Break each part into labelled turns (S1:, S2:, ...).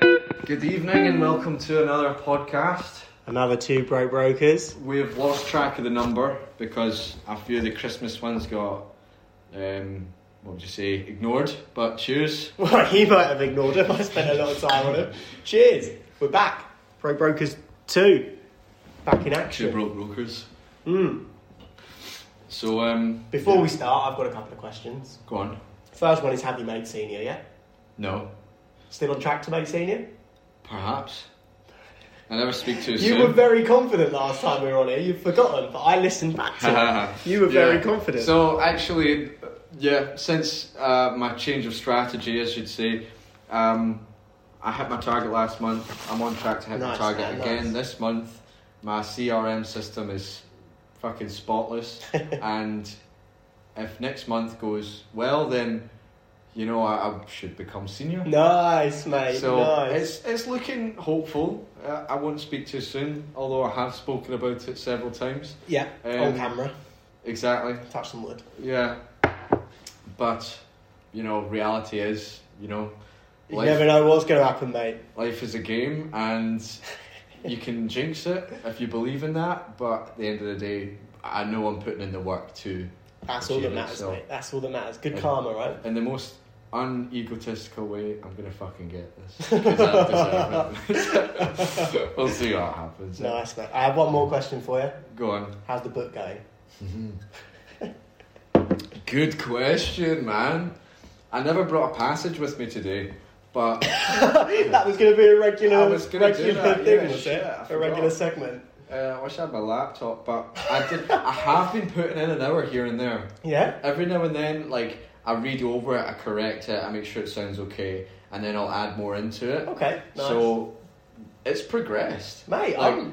S1: Good evening and welcome to another podcast.
S2: Another two broke brokers.
S1: We've lost track of the number because a few of the Christmas ones got, um, what would you say, ignored. But cheers.
S2: Well, he might have ignored him. I spent a lot of time on him. Cheers. We're back. Broke brokers two. Back in
S1: Two
S2: action.
S1: broke brokers.
S2: Mm.
S1: So, um,
S2: Before
S1: yeah,
S2: we start, I've got a couple of questions.
S1: go on.
S2: First one is Have you made senior yet?
S1: No,
S2: Still on track to make senior?
S1: perhaps. I never speak too
S2: You
S1: soon.
S2: were very confident last time we were on here. You've forgotten, but I listened back to it. You were very
S1: Yeah.
S2: confident.
S1: So actually, yeah, since uh, my change of strategy, I should say, um, I hit my target last month. I'm on track to hit my
S2: Nice,
S1: target
S2: man,
S1: again
S2: nice.
S1: this month. My CRM system is fucking spotless, and if next month goes well, then you know I, I should become senior.
S2: nice, mate.
S1: So
S2: nice.
S1: it's it's looking hopeful. Uh, I won't speak too soon, although I have spoken about it several times.
S2: Yeah,
S1: um,
S2: on camera.
S1: Exactly.
S2: Touch some wood.
S1: Yeah. But, you know, reality is, you know,
S2: You
S1: Life-
S2: never know what's going to happen, mate.
S1: life is a game and you can jinx it if you believe in that. But at the end of the day, I know I'm putting in the work too.
S2: That's all that
S1: Achieving,
S2: matters,
S1: so- Um,
S2: mate. That's all that matters. Good
S1: And-
S2: karma, right?
S1: In the most unegotistical way, I'm going to fucking get this. 'cause I deserve it. we'll see what happens.
S2: Nice, mate. I have one more question for you.
S1: Go on.
S2: How's the book going?
S1: Good question, man. I never brought a passage with me today, but
S2: that was going to be a regular,
S1: I was gonna do
S2: regular
S1: that,
S2: thing,
S1: yeah,
S2: was
S1: shit,
S2: it?
S1: I
S2: A regular
S1: forgot.
S2: segment.
S1: Uh, I wish I had my laptop, but I did. I have been putting in an hour here and there.
S2: Yeah.
S1: Every now and then, like I read over it, I correct it, I make sure it sounds okay, and then I'll add more into it.
S2: Okay. Nice.
S1: So it's progressed.
S2: mate,
S1: like-
S2: I'm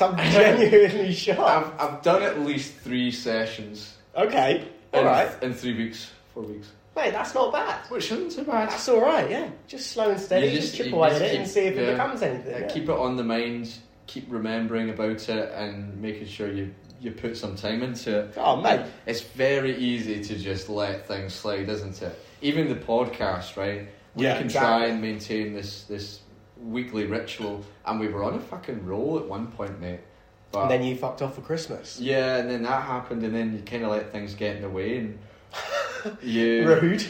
S2: I'm genuinely shocked.
S1: I've I've done at least three sessions.
S2: Okay. All
S1: In,
S2: right,
S1: in three weeks, four weeks,
S2: mate. That's not bad.
S1: which isn't too bad.
S2: That's all right. Yeah. Just slow and steady.
S1: You
S2: Just,
S1: just-
S2: chip
S1: you
S2: away
S1: just
S2: at it
S1: keep-
S2: and see if
S1: yeah.
S2: it becomes anything.
S1: Uh,
S2: yeah.
S1: Keep it on the mind. Keep remembering about it and making sure you you put some time into it.
S2: Oh, mate.
S1: It's very easy to just let things slide, isn't it? Even the podcast, right? We
S2: Yeah,
S1: can
S2: exactly.
S1: try and maintain this this weekly ritual, and we were on a fucking roll at one point, mate. But
S2: And then you fucked off for Christmas.
S1: yeah, and then that happened, and then you kind of let things get in the way, and you.
S2: Rude.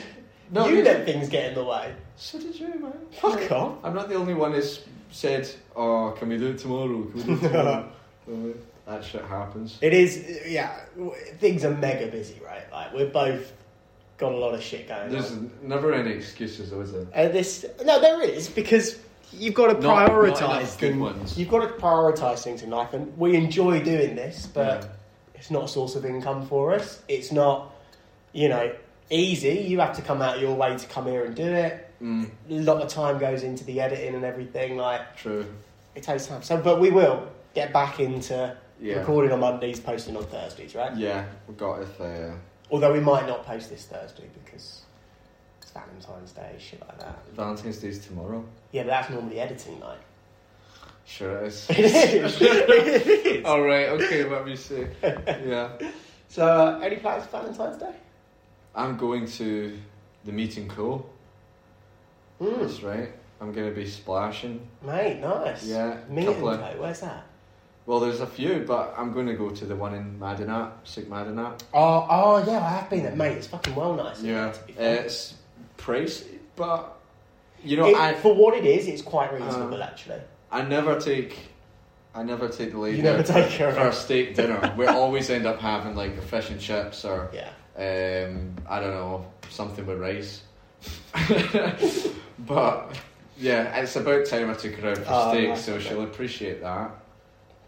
S1: No,
S2: you
S1: you-
S2: let things get in the way.
S1: so did you, man.
S2: Fuck off.
S1: I'm not the only one who's said, "Oh, can we do it tomorrow? Can we do it tomorrow?" Uh, that shit happens.
S2: It is, yeah. w- Things are mega busy, right? Like we're both got a lot of shit going
S1: There's
S2: on.
S1: never any excuses, though, is there?
S2: Uh, this no, there is because you've got to
S1: Not- not
S2: prioritize
S1: enough good
S2: thing-
S1: ones.
S2: You've got to prioritize things in life, and we enjoy doing this, but
S1: Yeah.
S2: it's not a source of income for us. It's not, you know, easy. You have to come out of your way to come here and do it.
S1: Mm,
S2: A lot of time goes into the editing and everything. Like
S1: true.
S2: it takes time. So, but we will get back into
S1: Yeah.
S2: recording on Mondays, posting on Thursdays, right?
S1: Yeah, we got uh, it there.
S2: Although we might not post this Thursday because it's Valentine's Day, shit like that.
S1: Valentine's Day's tomorrow.
S2: Yeah, but that's normally editing night.
S1: Sure it is.
S2: It is. It is.
S1: All right. Okay. What you say? Yeah,
S2: so, uh, any plans for Valentine's Day?
S1: I'm going to the meet and co.
S2: Mm,
S1: That's right. I'm gonna be splashing.
S2: mate, nice.
S1: Yeah,
S2: Meet and
S1: couple of-
S2: go. Where's that?
S1: Well, there's a few, but I'm going to go to the one in Madinat, Sick Madinat.
S2: Oh, oh yeah, I have been there, mate. It's fucking well nice. isn't
S1: Yeah,
S2: it, to be fair?
S1: it's pricey, but you know,
S2: It-
S1: I
S2: for what it is, it's quite reasonable
S1: Uh,
S2: actually.
S1: I never take, I never take the lady
S2: You never
S1: out
S2: take her.
S1: for a steak dinner. we always end up having like fish and chips or
S2: Yeah,
S1: um, I don't know something with rice. but yeah, it's about time I took her out for
S2: Oh,
S1: steak,
S2: nice,
S1: so
S2: okay.
S1: she'll appreciate that.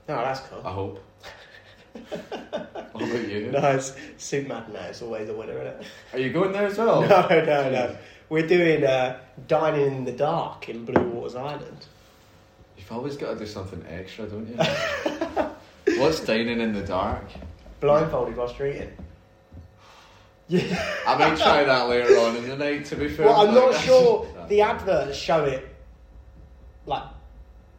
S2: no, that's cool.
S1: I hope. what about you?
S2: Nice. Soup Madness is always a winner, isn't it?
S1: Are you going there as well?
S2: No, no, no. We're doing uh, dining in the dark in Blue Waters Island.
S1: You've always got to do something extra, don't you? What's dining in the dark?
S2: Blindfolded whilst you're eating. Yeah.
S1: I may try that later on in the night. To be fair,
S2: Well, I'm not
S1: Like,
S2: sure the adverts show it. Like,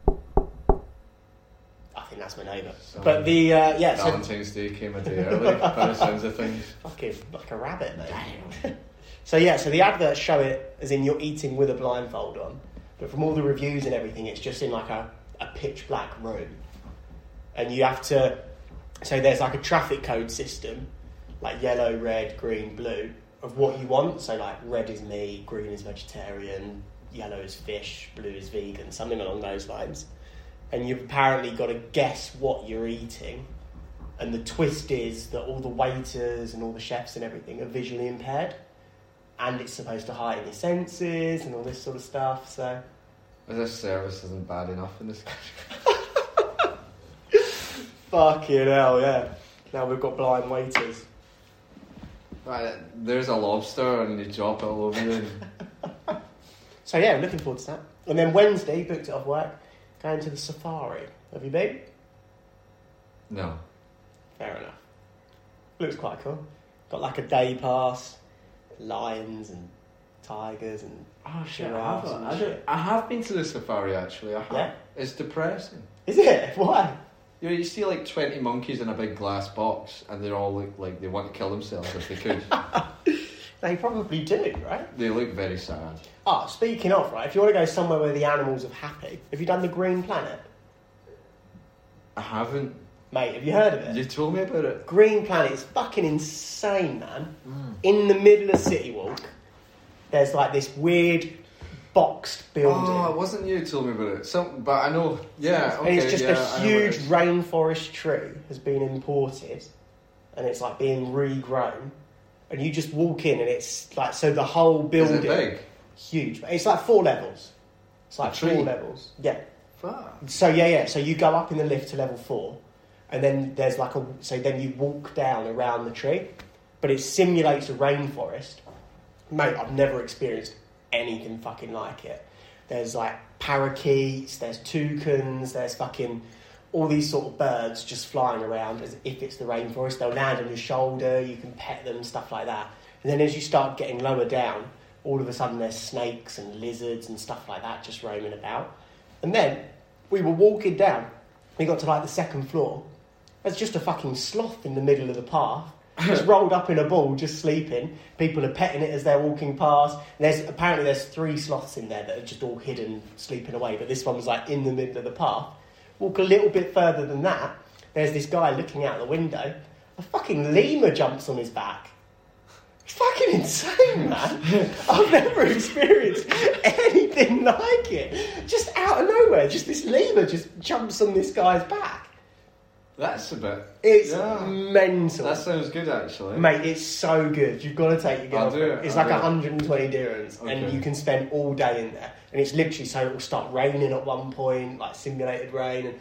S2: I think that's my neighbour.
S1: Sorry.
S2: But the uh, yeah, so
S1: Valentine's Day came a day early. by the sounds of things.
S2: fucking like a rabbit, mate. so yeah, so the adverts show it as in you're eating with a blindfold on, But from all the reviews and everything, it's just in like a, a pitch black room. And you have to. So there's like a traffic code system, like yellow, red, green, blue, of what you want. So like red is me, green is vegetarian, yellow is fish, blue is vegan, something along those lines. And you've apparently got to guess what you're eating. And the twist is that all the waiters and all the chefs and everything are visually impaired. And it's supposed to heighten your senses and all this sort of stuff. So
S1: This service isn't bad enough in this country.
S2: fucking hell, yeah. Now we've got blind waiters.
S1: Right, there's a lobster and you drop it all over you.
S2: So yeah, looking forward to that. And then Wednesday, booked it off work, going to the safari. Have you been?
S1: No.
S2: Fair enough. Looks quite cool. Got like a day pass, lions and tigers and
S1: Oh
S2: shit, I have- I don't-
S1: I have been to the safari actually. I have.
S2: Yeah.
S1: It's depressing.
S2: is it? Why?
S1: You know, you see like twenty monkeys in a big glass box, and they're all look like they want to kill themselves if they could.
S2: They probably do, right?
S1: they look very sad.
S2: Ah, speaking of, right, if you want to go somewhere where the animals are happy, have you done the Green Planet?
S1: I haven't.
S2: Mate, have you heard of it?
S1: You told me about it.
S2: Green Planet is fucking insane, man. In the middle of City Walk, there's like this weird boxed building.
S1: Oh, it wasn't you who told me about it. Some, but I know. Yeah. Okay,
S2: and it's just
S1: yeah,
S2: a
S1: I know what
S2: huge
S1: it is.
S2: rainforest tree has been imported and it's like being regrown. And you just walk in and it's like, so the whole
S1: Is it
S2: building.
S1: big?
S2: Huge. It's like four levels. It's like
S1: A
S2: four
S1: tree?
S2: levels. Yeah.
S1: Fuck.
S2: So yeah, yeah. So you go up in the lift to level four, and then there's like a so then you walk down around the tree, but it simulates a rainforest. Mate, I've never experienced anything fucking like it. There's like parakeets, there's toucans, there's fucking all these sort of birds just flying around as if it's the rainforest. They'll land on your shoulder, you can pet them, stuff like that. And then as you start getting lower down, all of a sudden there's snakes and lizards and stuff like that just roaming about. And then we were walking down, we got to like the second floor. There's just a fucking sloth in the middle of the path, just rolled up in a ball, just sleeping. People are petting it as they're walking past. And there's apparently there's three sloths in there that are just all hidden, sleeping away. But this one was like in the middle of the path. Walk a little bit further than that, there's this guy looking out the window. A fucking lemur jumps on his back. It's fucking insane, man. I've never experienced anything like it. Just out of nowhere, just this lemur just jumps on this guy's back.
S1: That's a bit.
S2: It's
S1: Yeah.
S2: mental.
S1: That sounds good actually.
S2: Mate, it's so good. You've got to take your
S1: I'll do
S2: girlfriend.
S1: it,
S2: It's
S1: I'll
S2: like
S1: do it.
S2: 120 dirhams, and
S1: Okay.
S2: you can spend all day in there. And it's literally so it will start raining at one point, like simulated rain.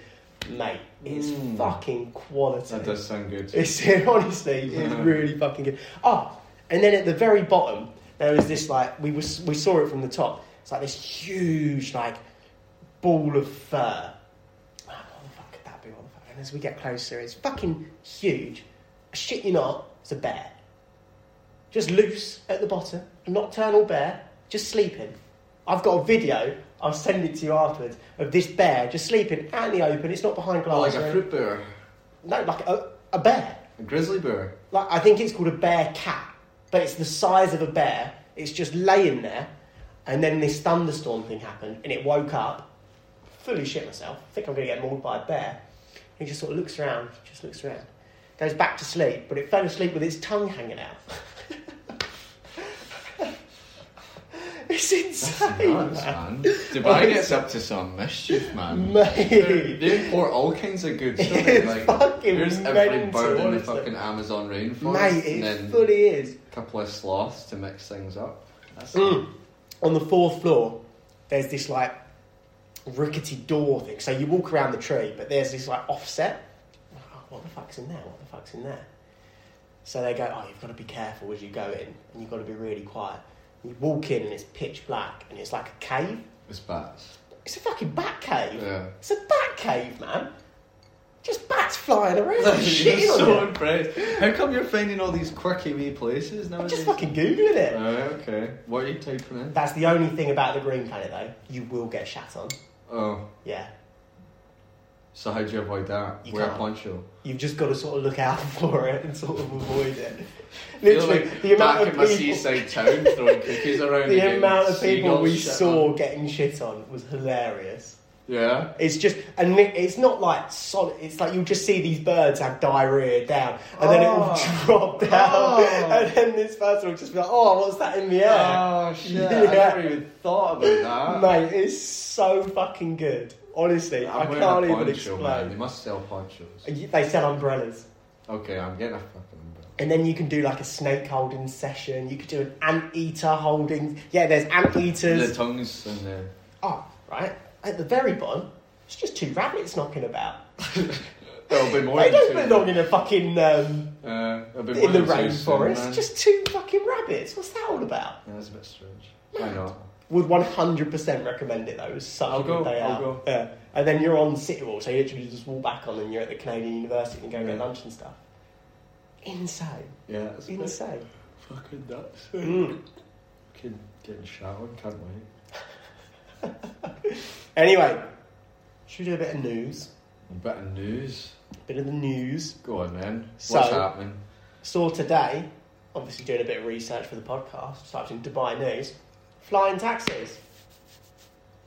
S2: And mate, it's
S1: Mm.
S2: fucking quality.
S1: That does sound good.
S2: It's honestly, it's
S1: Yeah.
S2: really fucking good. Oh, and then at the very bottom, there was this like we was we saw it from the top. It's like this huge like ball of fur. Oh, what the fuck could that be? What the fuck? And as we get closer, it's fucking huge. Shit, you not. It's a bear. Just loose at the bottom, a nocturnal bear, just sleeping. I've got a video. I'll send it to you afterwards of this bear just sleeping out in the open. It's not behind
S1: Oh,
S2: glass.
S1: like a
S2: or-
S1: fruit bear,
S2: No, like a, a bear
S1: a grizzly bear.
S2: like I think it's called a bear cat, but it's the size of a bear. It's just laying there, and then this thunderstorm thing happened, and it woke up, fully shit myself. I think I'm gonna get mauled by a bear. And he just sort of looks around, just looks around, goes back to sleep, but it fell asleep with its tongue hanging out. it's insane,
S1: Nuts,
S2: man.
S1: man. Dubai gets up to some mischief, man. They
S2: Mate.
S1: they import all kinds of good stuff.
S2: It's
S1: like,
S2: fucking
S1: there's every
S2: mental,
S1: bird in the
S2: honestly.
S1: fucking Amazon rainforest, and
S2: Mate, it
S1: then
S2: fully is.
S1: a couple of sloths to mix things up. That's
S2: Mm. On the fourth floor, there's this like rickety door thing. So you walk around the tree, but there's this like offset. Oh, what the fuck's in there? What the fuck's in there? So they go, oh, you've got to be careful as you go in, and you've got to be really quiet. And you walk in, and it's pitch black, and it's like a cave.
S1: it's bats.
S2: It's a fucking bat cave.
S1: Yeah.
S2: It's a bat cave, man. Just bats flying around,
S1: You're
S2: shitting on
S1: so
S2: you.
S1: impressed. How come you're finding all these quirky wee places
S2: I'm
S1: nowadays?
S2: just fucking googling it.
S1: Alright, okay. What are you typing in?
S2: That's the only thing about the green planet, though. You will get shat on.
S1: Oh,
S2: Yeah.
S1: So how do you avoid that?
S2: You
S1: Wear
S2: can't.
S1: a poncho.
S2: You've just got to sort of look out for it and sort of avoid it.
S1: Feel
S2: Literally,
S1: like
S2: the amount
S1: back
S2: of
S1: in my
S2: people,
S1: seaside town throwing cookies around.
S2: the
S1: and
S2: amount of
S1: getting
S2: people we
S1: seagulls shit
S2: saw
S1: on.
S2: getting shit on was hilarious.
S1: Yeah.
S2: It's just, and it- it's not like solid. It's like you'll just see these birds have diarrhea down, and then it will
S1: Oh.
S2: drop down,
S1: Oh.
S2: and then this person will just be like, "Oh, what's that in the air?"
S1: Oh shit! I
S2: Yeah.
S1: never even thought about that.
S2: Mate, it's so fucking good. Honestly,
S1: Ah. I'm
S2: I
S1: wearing a
S2: can't even
S1: poncho, Man. They
S2: explain.
S1: must sell ponchos.
S2: And you- They sell umbrellas,
S1: Okay, I'm getting a fucking umbrella.
S2: and then you can do like a snake holding session. You could do an ant eater holding. Yeah, there's ant
S1: The
S2: eaters.
S1: tongues and the
S2: Oh, right at the very bottom, it's just two rabbits knocking about.
S1: there'll be Oh, more.
S2: They
S1: than
S2: don't
S1: two.
S2: belong in a fucking. Um,
S1: Uh, there'll be more
S2: in the
S1: than two uh, soon,
S2: rainforest.
S1: man.
S2: Just two fucking rabbits. What's that all about?
S1: Yeah, that's a bit strange. Why not?
S2: Would one hundred percent recommend it though. It's such
S1: I'll
S2: a
S1: go,
S2: good day
S1: I'll
S2: out.
S1: go.
S2: Yeah. And then you're on City Wall, so you literally just walk back on, and you're at the Canadian University and go and get
S1: Yeah.
S2: lunch and stuff. Insane,
S1: Yeah, that's a bit
S2: insane.
S1: fucking nuts.
S2: Mm.
S1: Kid getting showered, can't wait.
S2: Anyway, should we do a bit of news?
S1: A bit of news.
S2: bit of the news.
S1: Go on, then.
S2: So-
S1: What's happening?
S2: Saw today, obviously doing a bit of research for the podcast, typed in Dubai news. Flying taxis.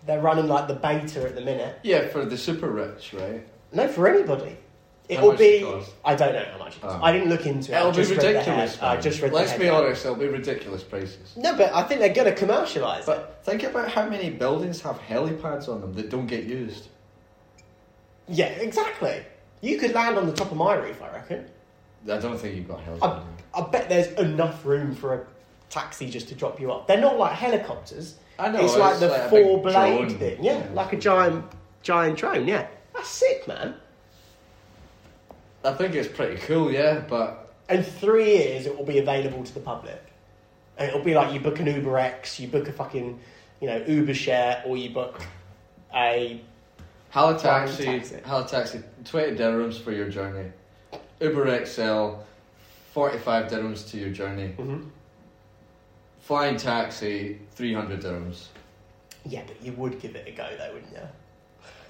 S2: They're running like the beta at the minute.
S1: Yeah, for the super rich, right?
S2: No, for anybody. It
S1: How
S2: will
S1: much it
S2: be.
S1: costs?
S2: I don't know how much it costs.
S1: Oh.
S2: I didn't look into it. I
S1: It'll be
S2: just read the
S1: ridiculous.
S2: head- I
S1: man.
S2: just read. the
S1: Let's be
S2: headline.
S1: honest, it'll be ridiculous prices.
S2: No, but I think they're going to commercialise it.
S1: But think about how many buildings have helipads on them that don't get used.
S2: Yeah, exactly. You could land on the top of my roof, I reckon.
S1: I don't think you've got
S2: I,
S1: helipads.
S2: I bet there's enough room for a taxi just to drop you up. They're not like helicopters.
S1: I know,
S2: it's like
S1: it's
S2: the
S1: like a big
S2: four blade
S1: drone.
S2: thing. Yeah,
S1: Yeah.
S2: like a giant, giant drone. Yeah, that's sick, man.
S1: I think it's pretty cool, yeah, but
S2: In three years, it will be available to the public. And it'll be like you book an Uber X, you book a fucking, you know, Uber Share, or you book a. Taxi.
S1: Halitaxi, Halitaxi, 20 dirhams for your journey. Uber XL, 45 dirhams to your journey.
S2: Mm-hmm.
S1: Flying taxi, 300 dirhams,
S2: Yeah, but you would give it a go though, wouldn't you?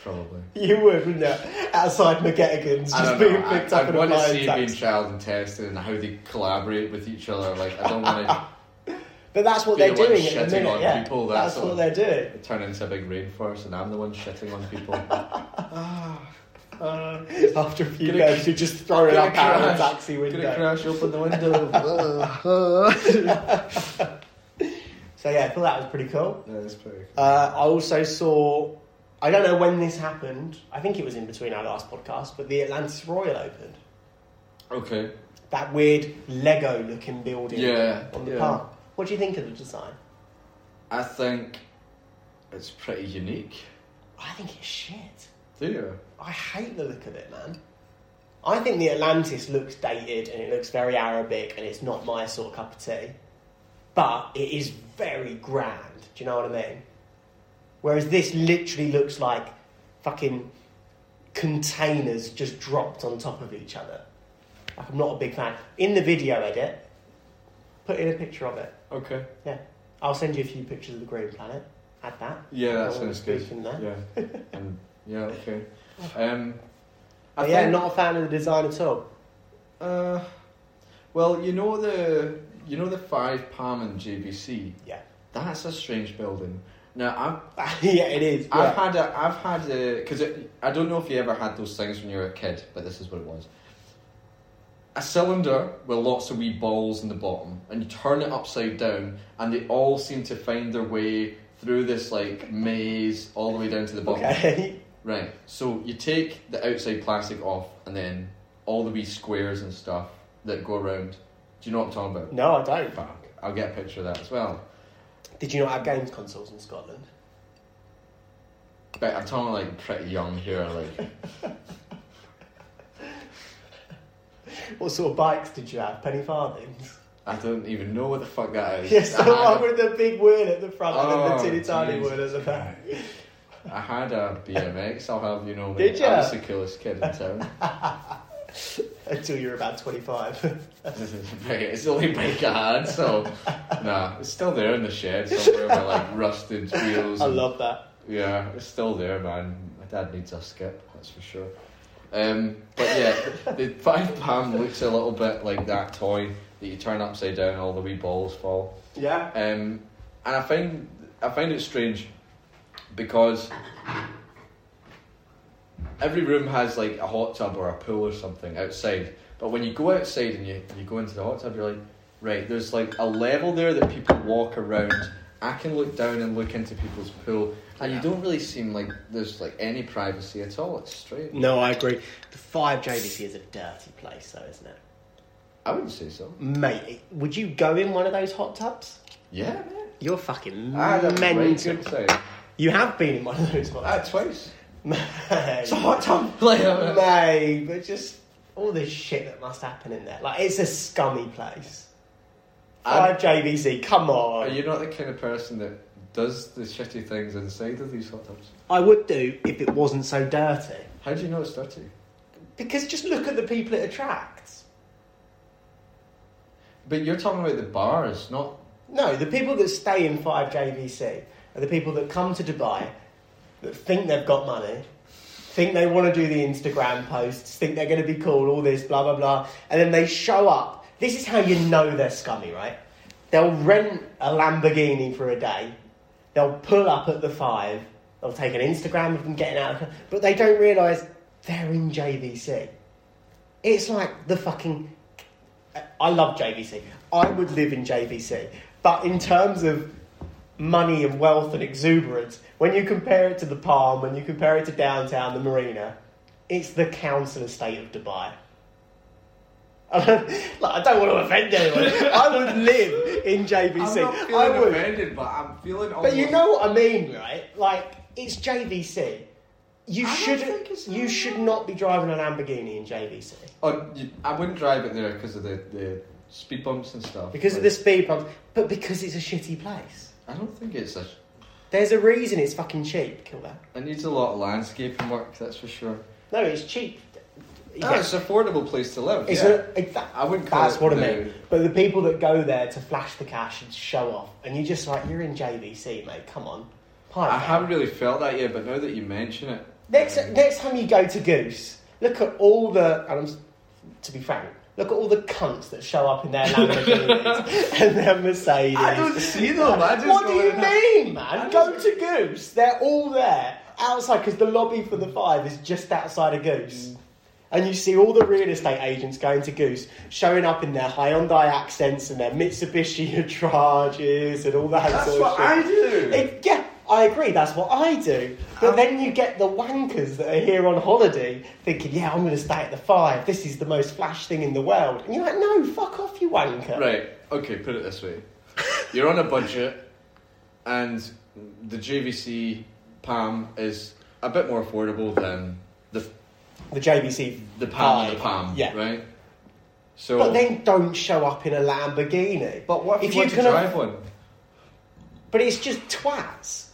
S1: probably.
S2: You would, wouldn't you? Outside McGettigan's,
S1: I
S2: just
S1: don't know.
S2: being picked
S1: I,
S2: up
S1: I
S2: in a
S1: want to
S2: flying
S1: see it being
S2: taxi.
S1: trialled and tested and how they collaborate with each other. Like, I don't want to
S2: But that's what
S1: Be
S2: they're
S1: the one
S2: doing at the
S1: shitting
S2: minute.
S1: on
S2: Yeah,
S1: people,
S2: that's
S1: that's
S2: what
S1: all.
S2: they're doing.
S1: turn into a big rainforest and I'm the one shitting on people. ah, ah.
S2: After a few
S1: Gonna-
S2: goes, you just throw it
S1: gonna
S2: up out of
S1: crash.
S2: the taxi
S1: Gonna
S2: window.
S1: crash open the window. Ah.
S2: So yeah, I thought that was pretty cool.
S1: yeah, that's pretty cool.
S2: Uh, I also saw, I don't know when this happened, I think it was in between our last podcast, but the Atlantis Royal opened.
S1: Okay.
S2: That weird Lego looking building
S1: Yeah.
S2: on the
S1: yeah.
S2: park. What do you think of the design?
S1: I think it's pretty unique.
S2: I think it's shit.
S1: Do you?
S2: I hate the look of it, man. I think the Atlantis looks dated and it looks very Arabic and it's not my sort of cup of tea. But it is very grand, do you know what I mean? Whereas this literally looks like fucking containers just dropped on top of each other. Like, I'm not a big fan. In the video edit, put in a picture of it.
S1: Okay.
S2: Yeah. I'll send you a few pictures of the Green Planet. Add that.
S1: Yeah, that
S2: Don't
S1: sounds
S2: wanna
S1: good.
S2: speak in there.
S1: Yeah. And yeah, okay. Um,
S2: But yeah, not a fan of the design at all.
S1: Uh, well, you know the you know the five Palm and JBC.
S2: Yeah.
S1: That's a strange building. Now I've
S2: yeah, it is.
S1: I've had a I've had a because I don't know if you ever had those things when you were a kid, but this is what it was. A cylinder with lots of wee balls in the bottom, and you turn it upside down, and they all seem to find their way through this like maze all the way down to the bottom.
S2: Okay.
S1: Right. So you take the outside plastic off, and then all the wee squares and stuff that go around. Do you know what I'm talking about?
S2: No, I don't.
S1: Fuck. I'll get a picture of that as well.
S2: Did you not have games consoles in Scotland?
S1: But I'm talking like pretty young here, like
S2: What sort of bikes did you have? Penny farthings?
S1: I don't even know what the fuck that is.
S2: yes, the
S1: I had
S2: one
S1: a-
S2: with the big wheel at the front and
S1: Oh,
S2: then the teeny tiny
S1: Jesus
S2: wheel at the back.
S1: I had a BMX. I'll have you know. mate,
S2: Did
S1: I
S2: ya?
S1: was the coolest kid in town.
S2: Until you're about 25.
S1: Right, it's the only bike I had, so nah, it's still there in the shed somewhere with like rusted wheels.
S2: I
S1: and-
S2: love that.
S1: Yeah, it's still there, man. My dad needs a skip, that's for sure. Um, but yeah, the five pound looks a little bit like that toy that you turn upside down, all the wee balls fall.
S2: Yeah.
S1: Um, and I find I find it strange because every room has like a hot tub or a pool or something outside. But when you go outside and you, you go into the hot tub, you're like, right, there's like a level there that people walk around. I can look down and look into people's pool, and you don't really seem like there's like any privacy at all. It's strange.
S2: No, I agree. The five JVC is a dirty place, though, isn't it?
S1: I wouldn't say so.
S2: Mate, would you go in one of those hot tubs?
S1: Yeah, man.
S2: You're fucking
S1: I had a really
S2: mental.
S1: good time.
S2: You have been in one of those
S1: I
S2: hot
S1: had twice.
S2: tubs.
S1: It's a hot tub. Like, uh,
S2: Mate, but just all this shit that must happen in there. Like, it's a scummy place.
S1: I-
S2: Five JVC, come
S1: Are
S2: on.
S1: you not the kind of person that does the shitty things inside of these hot tubs?
S2: I would do if it wasn't so dirty.
S1: How do you know it's dirty?
S2: Because just look at the people it attracts.
S1: But you're talking about the bars, not.
S2: No, the people that stay in 5JVC are the people that come to Dubai, that think they've got money, think they want to do the Instagram posts, think they're going to be cool, all this, blah, blah, blah. And then they show up. This is how you know they're scummy, right? They'll rent a Lamborghini for a day. They'll pull up at the five. They'll take an Instagram of them getting out. But they don't realise they're in JVC. It's like the fucking. I love JVC. I would live in JVC. But in terms of money and wealth and exuberance, when you compare it to the Palm, when you compare it to downtown, the Marina, it's the council estate of Dubai. like, I don't want to offend anyone. I would live in JVC. I would.
S1: offended, but I'm feeling.
S2: But you know what I mean, right? Like it's JVC. You
S1: I don't
S2: should
S1: think it's
S2: you
S1: not.
S2: should not be driving a Lamborghini in JVC
S1: Oh, you, I wouldn't drive it there because of the, the speed bumps and stuff.
S2: because of the
S1: Like,
S2: speed bumps, but because it's a shitty place.
S1: I don't think it's a.
S2: There's a reason it's fucking cheap. Kill that.
S1: It needs a lot of landscaping work, that's for sure.
S2: No, it's cheap.
S1: No,
S2: Yeah.
S1: it's an affordable place to live.
S2: It's
S1: yeah.
S2: a, it- that-
S1: I wouldn't call
S2: that's
S1: it
S2: what I
S1: the-
S2: mean. But the people that go there to flash the cash and show off, and you're just like, you're in JVC, mate. Come on, pipe
S1: I
S2: down.
S1: haven't really felt that yet, but now that you mention it,
S2: Next, next time you go to Goose, look at all the. And I'm, s- to be frank, look at all the cunts that show up in their Lamborghinis and their Mercedes.
S1: I don't see them. I just
S2: what do
S1: go
S2: you
S1: in-
S2: mean,
S1: I
S2: man? Go
S1: just-
S2: to Goose. They're all there outside because the lobby for the five is just outside of Goose.
S1: Mm.
S2: And you see all the real estate agents going to Goose, showing up in their Hyundai accents and their Mitsubishi Outrages and all that sort
S1: that's
S2: of
S1: what
S2: shit.
S1: I do.
S2: It, yeah, I agree. That's what I do. But
S1: Um,
S2: then you get the wankers that are here on holiday thinking, "Yeah, I'm going to stay at the five. This is the most flash thing in the world." And you're like, "No, fuck off, you wanker."
S1: Right. Okay. Put it this way: you're on a budget, and the JVC Pam is a bit more affordable than the
S2: The JVC.
S1: the Pam and the
S2: Five,
S1: Pam.
S2: yeah.
S1: Right. So,
S2: But then don't show up in a Lamborghini.
S1: but what if, you, want to
S2: can aff-
S1: drive one?
S2: But it's just twats.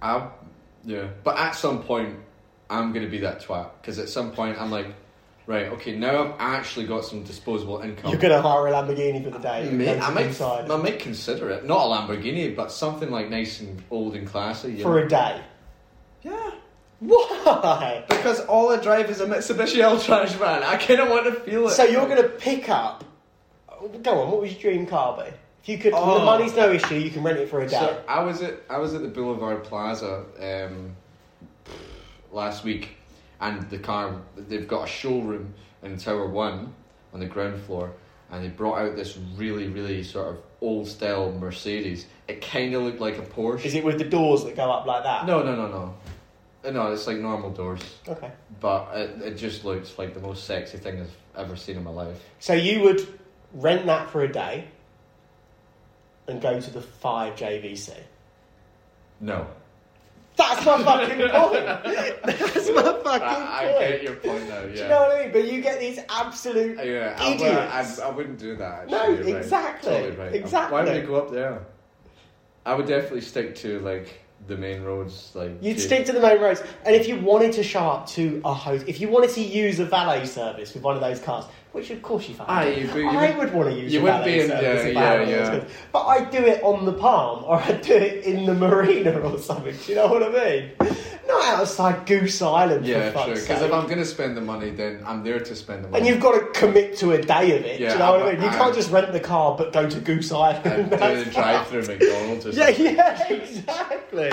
S1: I, yeah. But at some point, I'm gonna be that twat because at some point I'm like, right, okay, now I've actually got some disposable income.
S2: You're going to hire a Lamborghini for the day. and
S1: May-
S2: go
S1: Oh. I
S2: to
S1: might,
S2: inside
S1: I might consider it. Not a Lamborghini, but something like nice and old and classy. You
S2: for
S1: know?
S2: a day.
S1: yeah.
S2: Why?
S1: Because all I drive is a Mitsubishi L-Trash van. I kind of want to feel it.
S2: So you're going to pick up. Go on. What would your dream car be? If you could,
S1: Oh.
S2: the money's no issue. You can rent it for a day.
S1: So I was at I was at the Boulevard Plaza um, last week, and the car they've got a showroom in Tower One on the ground floor, and they brought out this really really sort of old style Mercedes. It kind of looked like a Porsche.
S2: Is it with the doors that go up like that?
S1: No, no, no, no. Uh, No, it's like normal doors,
S2: Okay.
S1: but it, it just looks like the most sexy thing I've ever seen in my life.
S2: So you would rent that for a day and go to the five JVC.
S1: No,
S2: That's my fucking point. That's my fucking
S1: I, I
S2: point.
S1: get your point now. Yeah.
S2: Do you know what I mean? But you get these absolute.
S1: Yeah, I,
S2: Idiots.
S1: well, I, I wouldn't do that. Actually,
S2: No,
S1: you're right.
S2: exactly,
S1: Totally right.
S2: exactly.
S1: Why would I go up there? I would definitely stick to like the main roads. Like
S2: You'd
S1: to-
S2: stick to the main roads, and if you wanted to show up to a host, if you wanted to use a valet service with one of those cars, Which of course you fucking
S1: Aye,
S2: do.
S1: Ah, you agree, you
S2: I
S1: would-
S2: would, want to use
S1: you
S2: a
S1: would
S2: valet
S1: be in-
S2: service
S1: yeah,
S2: if I had
S1: yeah,
S2: one of those
S1: yeah.
S2: things. But I do it on the palm, or I do it in the marina or something. Do you know what I mean? Not outside Goose Island.
S1: Yeah,
S2: for fuck's
S1: true. Because
S2: sake.
S1: if I'm going to spend the money, then I'm there to spend the money.
S2: And you've got to commit to a day of it. do
S1: Yeah,
S2: you know what I
S1: but
S2: mean? You
S1: I-
S2: can't just rent the car but go to Goose
S1: and
S2: Island.
S1: do
S2: That's
S1: the drive through McDonald's. Or
S2: Yeah,
S1: something.
S2: yeah, exactly.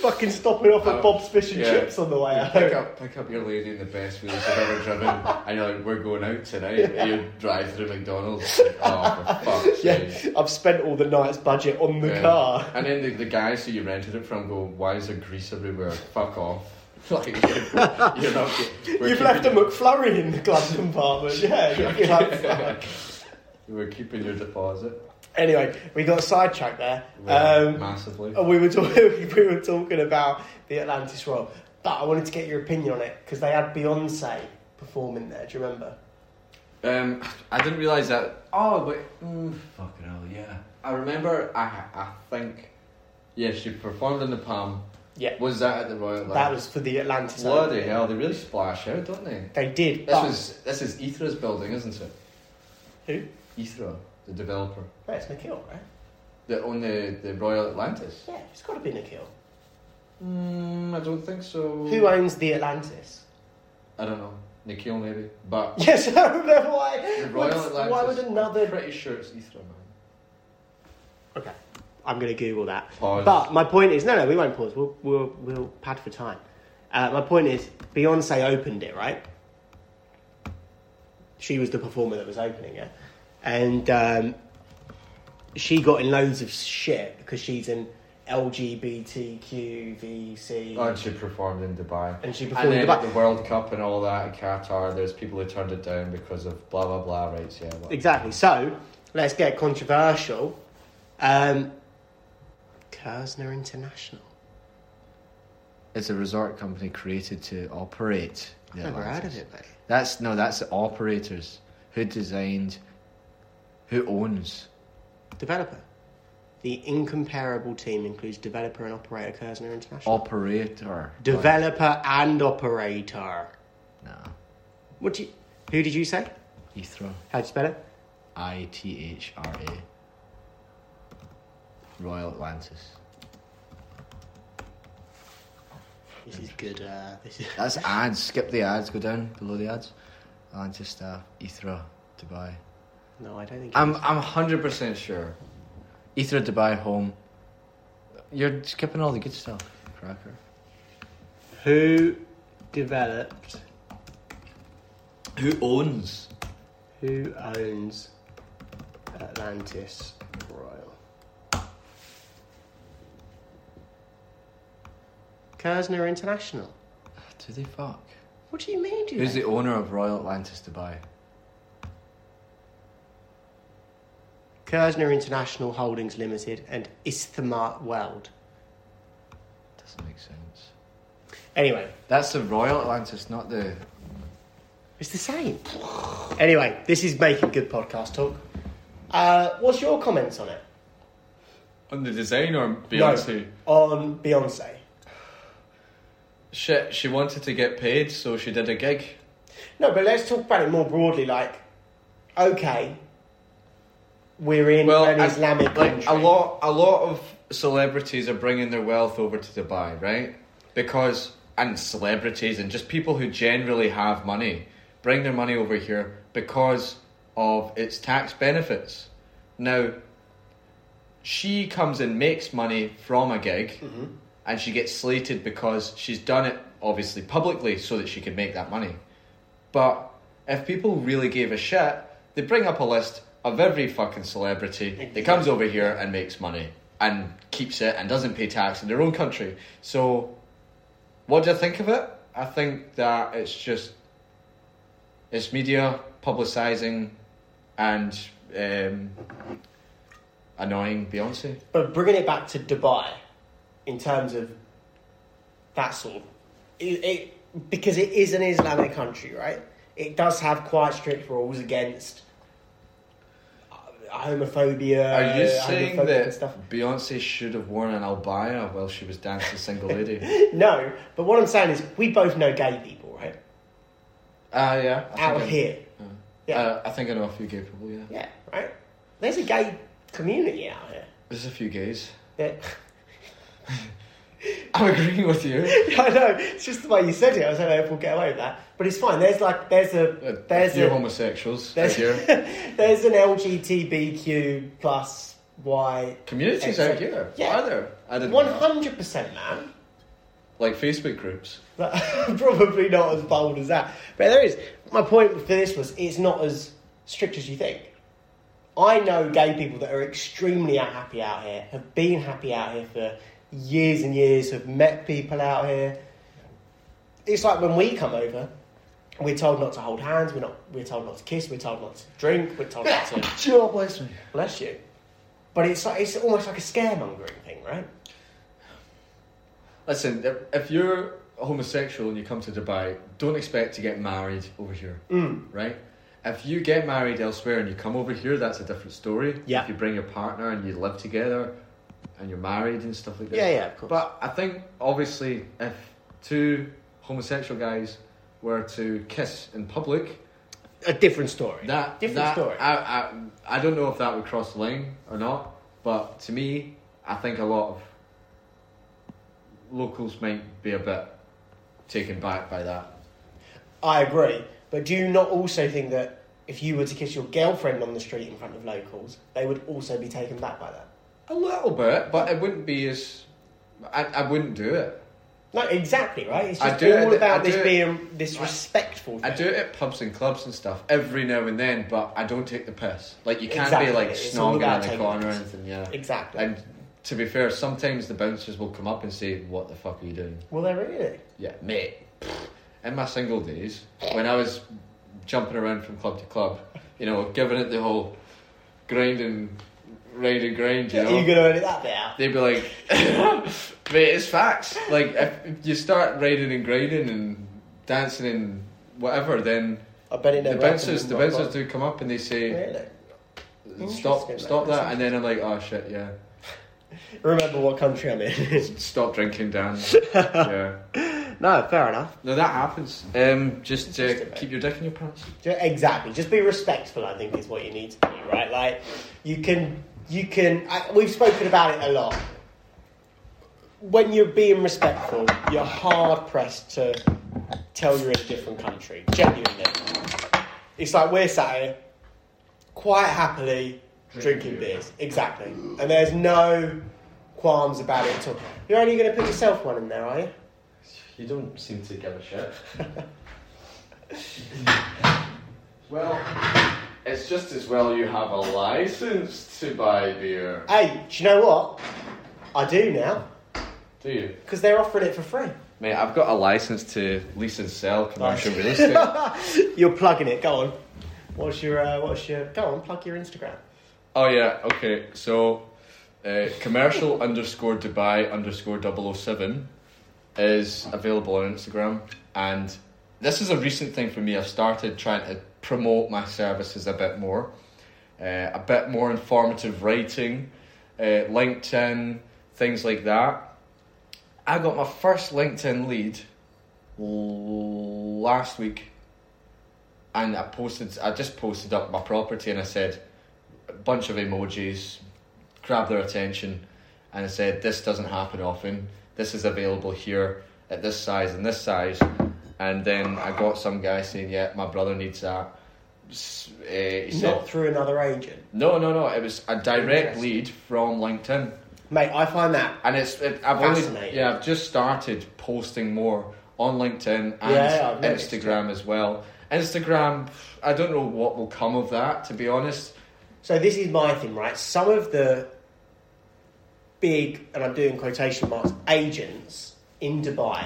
S2: Fucking stopping off at
S1: Um,
S2: Bob's Fish and
S1: yeah.
S2: Chips on the way out.
S1: Pick up, pick up your lady in the best wheels you've ever driven, and you're like, "We're going out tonight." and You drive through McDonald's. Like, oh, for fuck's
S2: Yeah,
S1: sake!
S2: I've spent all the night's budget on the
S1: Yeah.
S2: car.
S1: And then the, the guys who you rented it from go, "Why is there grease everywhere? Fuck off!" Like, you're, you're not. get- we're
S2: You've
S1: keeping-
S2: left a McFlurry in the glove compartment. Yeah, you're fucking like, fuck.
S1: We're keeping your deposit
S2: Anyway, we got sidetracked there.
S1: Well,
S2: Um,
S1: massively.
S2: and we were talking, we were talking about the Atlantis Royal, but I wanted to get your opinion on it because they had Beyonce performing there. Do you remember?
S1: Um, I didn't realise that. Oh, wait. Mm, fucking hell, yeah. I remember, I, I think, yeah, she performed in the Palm.
S2: Yeah.
S1: Was that at the Royal Albert?
S2: That was for the Atlantis.
S1: Bloody
S2: Open.
S1: hell, they really splash out, don't they?
S2: They did.
S1: This
S2: but
S1: was this is Ethra's building, isn't it?
S2: who?
S1: Ethra, the developer
S2: No, it's Nikhil, right?
S1: that owned the, the Royal Atlantis.
S2: Yeah, it's got to be Nikhil.
S1: Mm, I don't think so.
S2: Who owns the Atlantis?
S1: I don't know. Nikhil maybe, but
S2: Yes, I remember why.
S1: the Royal
S2: what's-
S1: Atlantis.
S2: why would another?
S1: Pretty sure it's Ethra, man.
S2: Okay, I'm going to Google that.
S1: Pause.
S2: But my point is, no, no, we won't pause. We'll we'll, we'll pad for time. Uh, my point is, Beyonce opened it, right? She was the performer that was opening it, and um, she got in loads of shit because she's an LGBTQVC,
S1: Oh, and she performed in Dubai.
S2: and she
S1: And
S2: performed.
S1: then
S2: about-
S1: at the World Cup and all that in Qatar, there's people who turned it down because of blah blah blah rights. Yeah, well,
S2: Exactly. So let's get controversial. Um, Kersner International.
S1: it's a resort company created to operate. the
S2: Never heard
S1: Atlantis.
S2: of it, mate.
S1: That's no, that's the operators who designed, who owns.
S2: Developer. The incomparable team includes developer and operator Kersner International.
S1: Operator.
S2: Oh. developer and operator.
S1: No,
S2: What do you, who did you say?
S1: Ethro.
S2: How'd you spell it?
S1: I T H R A. Royal Atlantis.
S2: This is good. Uh, this is
S1: That's ads. Skip the ads. Go down below the ads. Atlantis staff. Ethro. Dubai.
S2: no, I don't think.
S1: I'm I'm hundred percent sure. Ether Dubai home. You're skipping all the good stuff, cracker.
S2: who developed?
S1: Who owns?
S2: Who owns Atlantis Royal? Kersner International.
S1: Do they fuck?
S2: What do you mean? Do you
S1: Who's
S2: think?
S1: the owner of Royal Atlantis Dubai?
S2: Kersner International Holdings Limited and Isthma World.
S1: Doesn't make sense.
S2: Anyway,
S1: That's the Royal Atlantis, not the.
S2: It's the same. Anyway, this is making good podcast talk. Uh, what's your comments on it?
S1: On the design or
S2: No, on Beyonce.
S1: Shit, she wanted to get paid, so she did a gig.
S2: No, but let's talk about it more broadly. Like, okay, we're in an
S1: I-
S2: Islamic
S1: like
S2: country.
S1: a lot, a lot of celebrities are bringing their wealth over to Dubai, right? Because and celebrities and just people who generally have money bring their money over here because of its tax benefits. Now, she comes and makes money from a gig, and she gets slated because she's done it obviously publicly so that she can make that money. But if people really gave a shit, they bring up a list of every fucking celebrity that comes over here and makes money and keeps it and doesn't pay tax in their own country. So, what do I think of it? I think that it's just it's media publicising and um, annoying Beyonce.
S2: But bringing it back to Dubai, in terms of that sort of, it, it, because it is an Islamic country, right? It does have quite strict rules against uh, homophobia.
S1: Are you saying
S2: homophobic
S1: that
S2: and stuff.
S1: Beyonce should have worn an albaya while she was dancing single lady?
S2: No, but what I'm saying is we both know gay people, right?
S1: Ah, yeah. I think
S2: Out
S1: I'm-
S2: here. Yeah.
S1: Uh, I think I know a few gay people, yeah.
S2: Yeah, right? There's a gay community out here.
S1: There's a few gays.
S2: that-
S1: I'm agreeing with you.
S2: I know. It's just the way you said it. I was like, "Oh, we'll get away with that. But it's fine. There's like, there's
S1: Uh,
S2: a,
S1: a
S2: there's
S1: few
S2: a,
S1: homosexuals.
S2: there's,
S1: There's here.
S2: there's an LGBTQ plus Y.
S1: Communities out here.
S2: Yeah.
S1: Are there? I didn't
S2: One
S1: know.
S2: hundred percent, man.
S1: Like Facebook groups.
S2: Like, Probably not as bold as that, but there is. My point for this was it's not as strict as you think. I know gay people that are extremely happy out here, have been happy out here for years and years, have met people out here. It's like when we come over, we're told not to hold hands, we're not, we're told not to kiss, we're told not to drink, we're told not to
S1: Sure, bless me.
S2: bless you. But it's like it's almost like a scaremongering thing, right?
S1: Listen, if- if you're homosexual and you come to Dubai, don't expect to get married over here,
S2: Mm.
S1: right? If you get married elsewhere and you come over here, that's a different story.
S2: Yeah.
S1: If you bring your partner and you live together and you're married and stuff like that.
S2: Yeah, yeah, of course.
S1: But I think, obviously, if two homosexual guys were to kiss in public,
S2: a different story.
S1: that
S2: different
S1: that-
S2: story.
S1: I, I I don't know if that would cross the line or not, but to me, I think a lot of locals might be a bit taken back by that.
S2: I agree. But do you not also think that if you were to kiss your girlfriend on the street in front of locals, they would also be taken back by that?
S1: A little bit, but it wouldn't be as. I, I wouldn't do it.
S2: No, exactly, right? It's
S1: I
S2: just
S1: do-
S2: all
S1: I
S2: about
S1: do-
S2: this being this
S1: I-
S2: respectful
S1: I
S2: thing.
S1: do it at pubs and clubs and stuff every now and then, but I don't take the piss. Like you can't
S2: Exactly,
S1: be like
S2: it's all
S1: snogging in
S2: about
S1: the
S2: taking the
S1: corner or
S2: piss.
S1: anything. Yeah,
S2: Exactly.
S1: and to be fair, sometimes the bouncers will come up and say, "What the fuck are you doing?"
S2: well, they're really.
S1: Yeah, mate. In my single days, when I was jumping around from club to club, you know, giving it the whole grind and ride and grind, you
S2: Are you
S1: know,
S2: going to edit that bit out?
S1: they'd be like, mate, it's facts. Like, if if you start riding and grinding and dancing and whatever, then
S2: I bet it
S1: the
S2: never
S1: bouncers,
S2: happened
S1: the
S2: in my life.
S1: bouncers do come up and they say,
S2: Really?
S1: stop,
S2: Interesting,
S1: stop
S2: that's
S1: that. And then I'm like, oh shit, yeah.
S2: Remember what country I'm in.
S1: Stop drinking, Dan. yeah.
S2: no, fair enough.
S1: No, that happens. Um, just uh,
S2: Interesting, mate.
S1: keep your dick in your pants.
S2: Ju- exactly. Just be respectful. I think is what you need to do, right? Like you can, you can. I, we've spoken about it a lot. When you're being respectful, you're hard pressed to tell you're in a different country. Genuinely, it's like we're sat here quite happily drinking
S1: Drinking beer.
S2: beers, exactly, and there's no qualms about it at all. You're only going to put yourself one in there, are you?
S1: You don't seem to give a shit. well, it's just as well you have a license to buy beer.
S2: Hey, do you know what? I do now
S1: Do you?
S2: because they're offering it for free.
S1: Mate, I've got a license to lease and sell commercial real estate.
S2: You're plugging it. Go on. What's your uh, What's your Go on. Plug your Instagram.
S1: Oh yeah, okay. So, uh, commercial underscore Dubai underscore 007 is available on Instagram, and this is a recent thing for me. I've started trying to promote my services a bit more, uh, a bit more informative writing, uh, LinkedIn, things like that. I got my first LinkedIn lead l- last week, and I posted. I just posted up my property, and I said a bunch of emojis, grabbed their attention, and I said, "This doesn't happen often. This is available here at this size and this size." And then I got some guy saying, "Yeah, my brother needs that." S- uh, he said,
S2: Not through another agent,
S1: no, no, no. It was a direct
S2: Interesting.
S1: lead from LinkedIn,
S2: mate. I find that.
S1: and it's it, I've only
S2: Fascinating.
S1: yeah I've just started posting more on LinkedIn and
S2: Yeah, I've noticed,
S1: Instagram as well. Instagram, I don't know what will come of that. To be honest,
S2: So this is my thing, right? Some of the big, and I'm doing quotation marks, agents in Dubai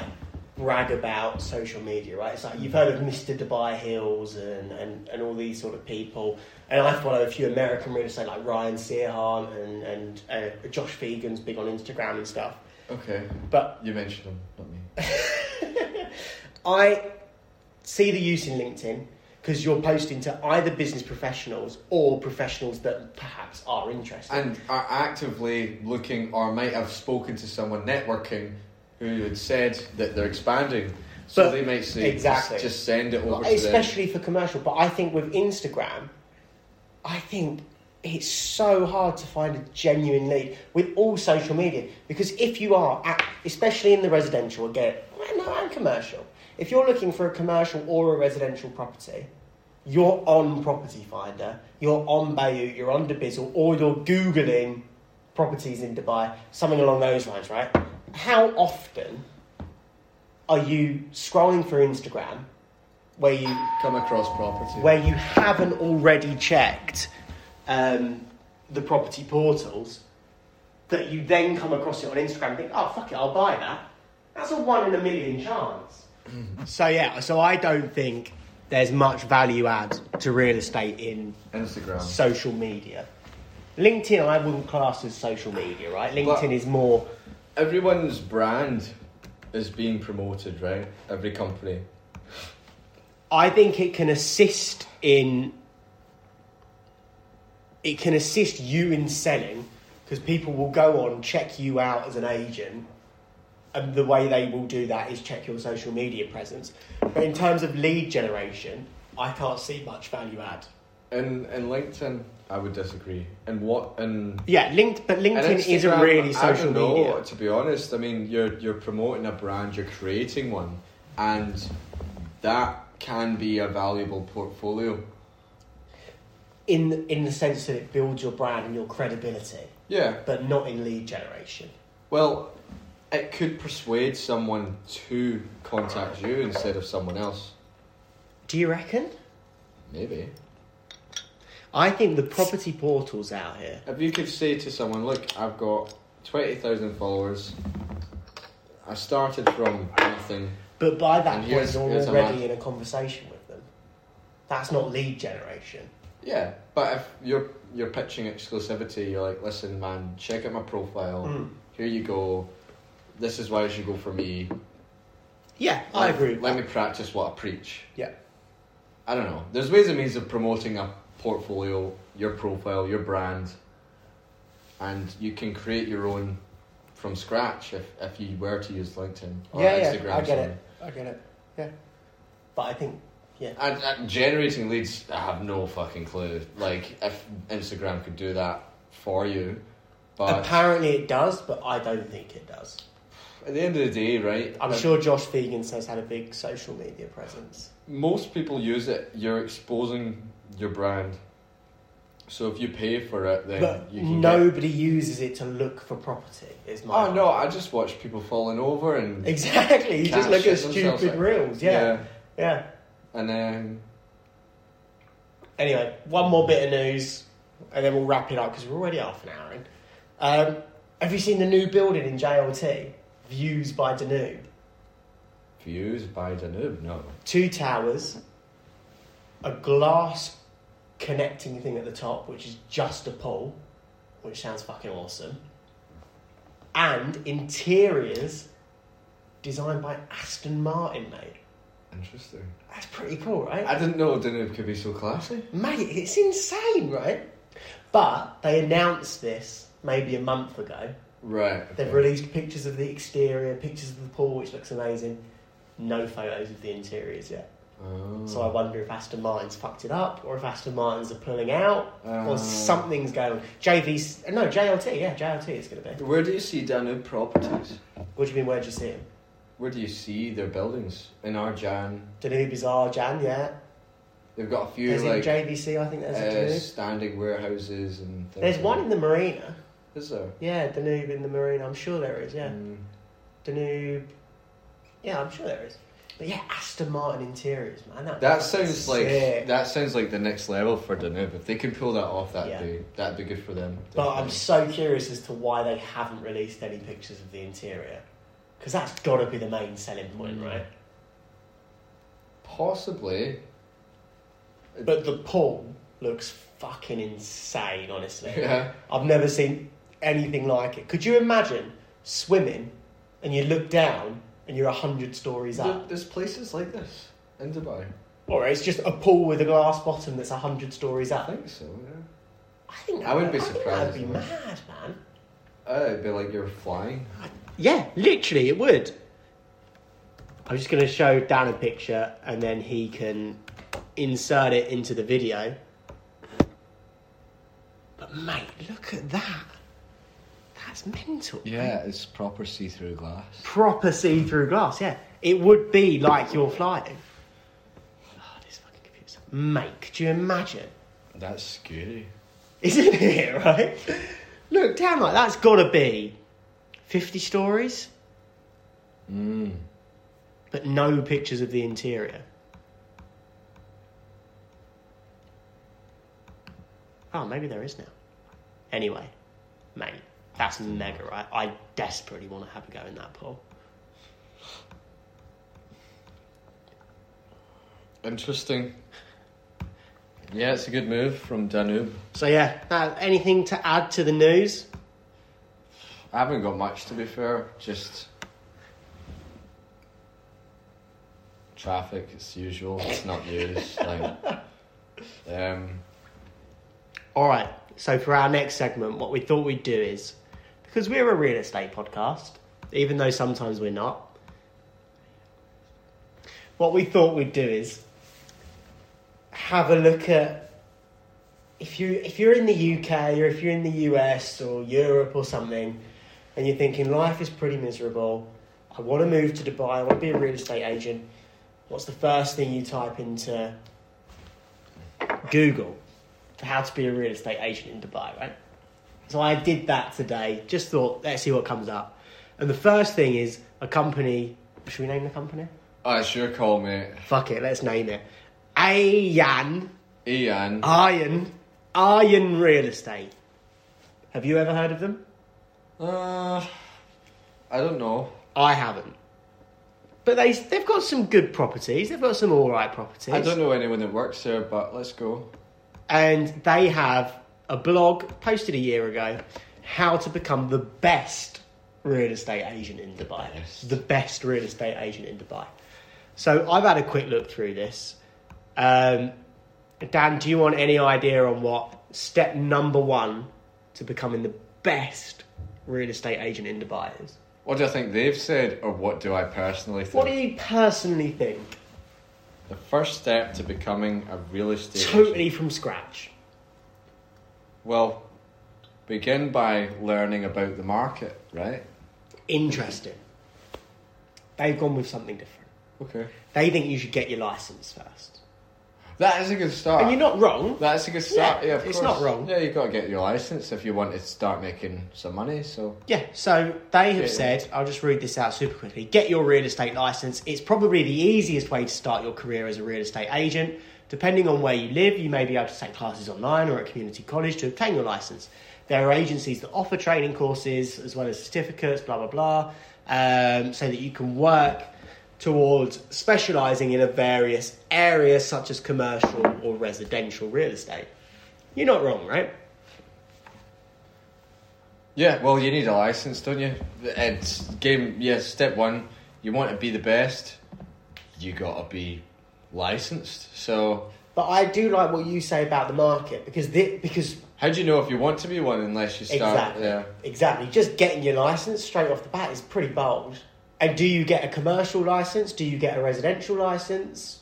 S2: brag about social media, right? It's like you've heard of Mr. Dubai Hills and, and, and all these sort of people. And I follow a few American real estate like Ryan Searhan and, and uh, Josh Fegan's big on Instagram and stuff.
S1: okay,
S2: But
S1: you mentioned them, not me.
S2: I see the use in LinkedIn because you're posting to either business professionals or professionals that perhaps are interested.
S1: and are actively looking or might have spoken to someone networking who had said that they're expanding. So
S2: But-
S1: they might say
S2: exactly.
S1: just, just send it over
S2: Well,
S1: to them.
S2: especially for commercial. But I think with Instagram, I think it's so hard to find a genuine lead with all social media because if you are, at, especially in the residential, again, no, and commercial. If you're looking for a commercial or a residential property, you're on Property Finder, you're on Bayou, you're on Debizzle, or you're googling properties in Dubai, something along those lines, right? How often are you scrolling through Instagram where you
S1: Come across property.
S2: where you haven't already checked um, the property portals that you then come across it on Instagram and think, oh, fuck it, I'll buy that. That's a one in a million chance. Mm-hmm. so, yeah, so I don't think there's much value add to real estate in
S1: Instagram.
S2: social media. LinkedIn, I wouldn't class as social media, right? LinkedIn
S1: But-
S2: is more.
S1: Everyone's brand is being promoted, right? Every company.
S2: I think it can assist in it can assist you in selling because people will go on check you out as an agent and the way they will do that is check your social media presence but in terms of lead generation i can't see much value add
S1: In in LinkedIn, I would disagree. And what in
S2: yeah linked but
S1: and
S2: linkedin isn't
S1: Instagram,
S2: really
S1: I
S2: social
S1: don't know,
S2: media
S1: To be honest, I mean, you're you're promoting a brand, you're creating one, and that can be a valuable portfolio.
S2: in in the sense that it builds your brand and your credibility
S1: Yeah.
S2: but not in lead generation
S1: Well, it could persuade someone to contact you instead of someone else.
S2: do you reckon
S1: Maybe.
S2: i think the property portals out here
S1: If you could say to someone, look, I've got 20,000 followers, I started from nothing.
S2: But by that
S1: And
S2: point,
S1: here's-
S2: you're
S1: here's a
S2: already
S1: match.
S2: in a conversation with them. That's not lead generation.
S1: Yeah, but if you're you're pitching exclusivity, you're like, listen, man, check out my profile.
S2: Mm.
S1: Here you go. This is why you should go for me.
S2: Yeah, I
S1: Let-
S2: agree. with
S1: Let
S2: that.
S1: me practice what I preach.
S2: Yeah,
S1: I don't know. There's ways and means of promoting a portfolio, your profile, your brand, and you can create your own from scratch if, if you were to use LinkedIn or
S2: yeah, yeah.
S1: Instagram.
S2: I get
S1: sorry.
S2: it. I get it. Yeah, but I think yeah,
S1: And, and generating leads, I have no fucking clue. Like if Instagram could do that for you, but
S2: apparently it does, but I don't think it does.
S1: at the end of the day, right?
S2: I'm
S1: if
S2: sure Josh Vegans has had a big social media presence.
S1: most people use it. You're exposing your brand. So if you pay for it, then
S2: But
S1: you can get-
S2: nobody uses it to look for property. Is my
S1: Oh no! I just watch people falling over and
S2: exactly. You just
S1: Can't
S2: look at
S1: shit themselves,
S2: stupid
S1: like-
S2: reels. yeah, yeah.
S1: and then
S2: Anyway, one more bit of news, and then we'll wrap it up because we're already half an hour in. Um, have you seen the new building in JLT, Views by Danube?
S1: views by Danube. No,
S2: Two towers, a glass connecting thing at the top, which is just a pole, which sounds fucking awesome, and interiors designed by Aston Martin, mate.
S1: interesting.
S2: That's pretty cool, right?
S1: I didn't know Danube could be so classy.
S2: Mate, it's insane, right? But they announced this maybe a month ago.
S1: Right.
S2: They've released pictures of the exterior, pictures of the pool, which looks amazing. No photos of the interiors yet.
S1: Oh.
S2: So I wonder if Aston Martin's fucked it up, or if Aston Martin's are pulling out, or
S1: Uh.
S2: something's going on. JV, no, JLT, yeah, JLT is going to be.
S1: Where do you see Danube properties?
S2: What do you mean, where'd you see him?
S1: Where do you see their buildings in Arjan?
S2: Danube's Arjan, yeah.
S1: They've got a few
S2: There's
S1: like
S2: in JVC, I think there's a
S1: uh,
S2: Danube.
S1: standing warehouses and. Things
S2: There's
S1: like
S2: one in the marina.
S1: that. Is there?
S2: Yeah, Danube in the marina, I'm sure there is, yeah.
S1: Mm.
S2: Danube. Yeah, I'm sure there is. But yeah, Aston Martin interiors, man. That,
S1: That sounds like
S2: sick.
S1: that sounds like the next level for Danube. If they can pull that off, that'd
S2: Yeah.
S1: be that'd be good for them.
S2: But I'm
S1: definitely.
S2: so curious as to why they haven't released any pictures of the interior, because that's got to be the main selling point,
S1: Mm.
S2: right?
S1: possibly.
S2: But the pool looks fucking insane, honestly.
S1: Yeah.
S2: I've never seen anything like it. Could you imagine swimming and you look down and you're hundred stories
S1: There-
S2: up,
S1: There's places like this in Dubai.
S2: or it's just a pool with a glass bottom that's hundred stories
S1: I
S2: up?
S1: think so. Yeah.
S2: I think
S1: I wouldn't be
S2: think
S1: surprised
S2: That'd be
S1: if it was.
S2: mad, man.
S1: Oh, Uh, it'd be like you're flying.
S2: Yeah, literally, it would. I'm just going to show Dan a picture and then he can insert it into the video. But mate, look at that. That's mental.
S1: Yeah, it's proper see-through glass.
S2: Proper see through glass, yeah. It would be like you're flying. Oh, this fucking computer. Mate, could you imagine?
S1: That's scary.
S2: Isn't it, right? Look down like that's gotta be 50 stories,
S1: Mm.
S2: but no pictures of the interior. Oh, maybe there is now. Anyway, mate, that's mega, right? I desperately want to have a go in that pool.
S1: Interesting. Yeah, it's a good move from Danube.
S2: So, yeah, uh, anything to add to the news?
S1: I haven't got much to be fair. Just traffic. It's usual. It's not news. like, um,
S2: All right. So for our next segment, what we thought we'd do is because we're a real estate podcast, even though sometimes we're not. What we thought we'd do is have a look at if you if you're in the UK or if you're in the US or Europe or something, and you're thinking life is pretty miserable. I want to move to Dubai. I want to be a real estate agent. What's the first thing you type into Google? for how to be a real estate agent in Dubai, right? So I did that today. Just thought, let's see what comes up. And the first thing is a company. Should we name the company?
S1: I sure oh, call me
S2: Fuck it, let's name it. Ayan
S1: Ian.
S2: Iron Iron Real Estate. Have you ever heard of them?
S1: Uh, I don't know.
S2: I haven't. But they they've got some good properties. They've got some all right properties.
S1: I don't know anyone that works there, but let's go.
S2: and they have a blog posted a year ago how to become the best real estate agent in Dubai.
S1: Best.
S2: The best real estate agent in Dubai. So I've had a quick look through this. Um, Dan, do you want any idea on what step number one to becoming the best real estate agent in Dubai is?
S1: What do I think they've said, or what do I personally think?
S2: What do you personally think?
S1: The first step to becoming a real estate
S2: Totally
S1: agent-
S2: from scratch.
S1: Well, begin by learning about the market, right?
S2: Interesting. They've gone with something different.
S1: Okay.
S2: They think you should get your license first.
S1: That is a good start.
S2: And you're not wrong.
S1: That's a good start.
S2: Yeah,
S1: Yeah, of
S2: it's
S1: course.
S2: not wrong.
S1: Yeah, you got to get your license if you want to start making some money. So
S2: Yeah, so they have
S1: Yeah.
S2: said, I'll just read this out super quickly get your real estate license. It's probably the easiest way to start your career as a real estate agent. Depending on where you live, you may be able to take classes online or at community college to obtain your license. There are agencies that offer training courses as well as certificates, blah, blah, blah, um, so that you can work towards specializing in a various areas such as commercial or residential real estate. You're not wrong, right?
S1: yeah, well, you need a license, don't you? It's game. Yeah, step one. You want to be the best. You got to be licensed. So
S2: But I do like what you say about the market because thi- because
S1: how do you know if you want to be one unless you start?
S2: exactly
S1: Yeah.
S2: exactly just getting your license straight off the bat is pretty bold. And do you get a commercial license? Do you get a residential license?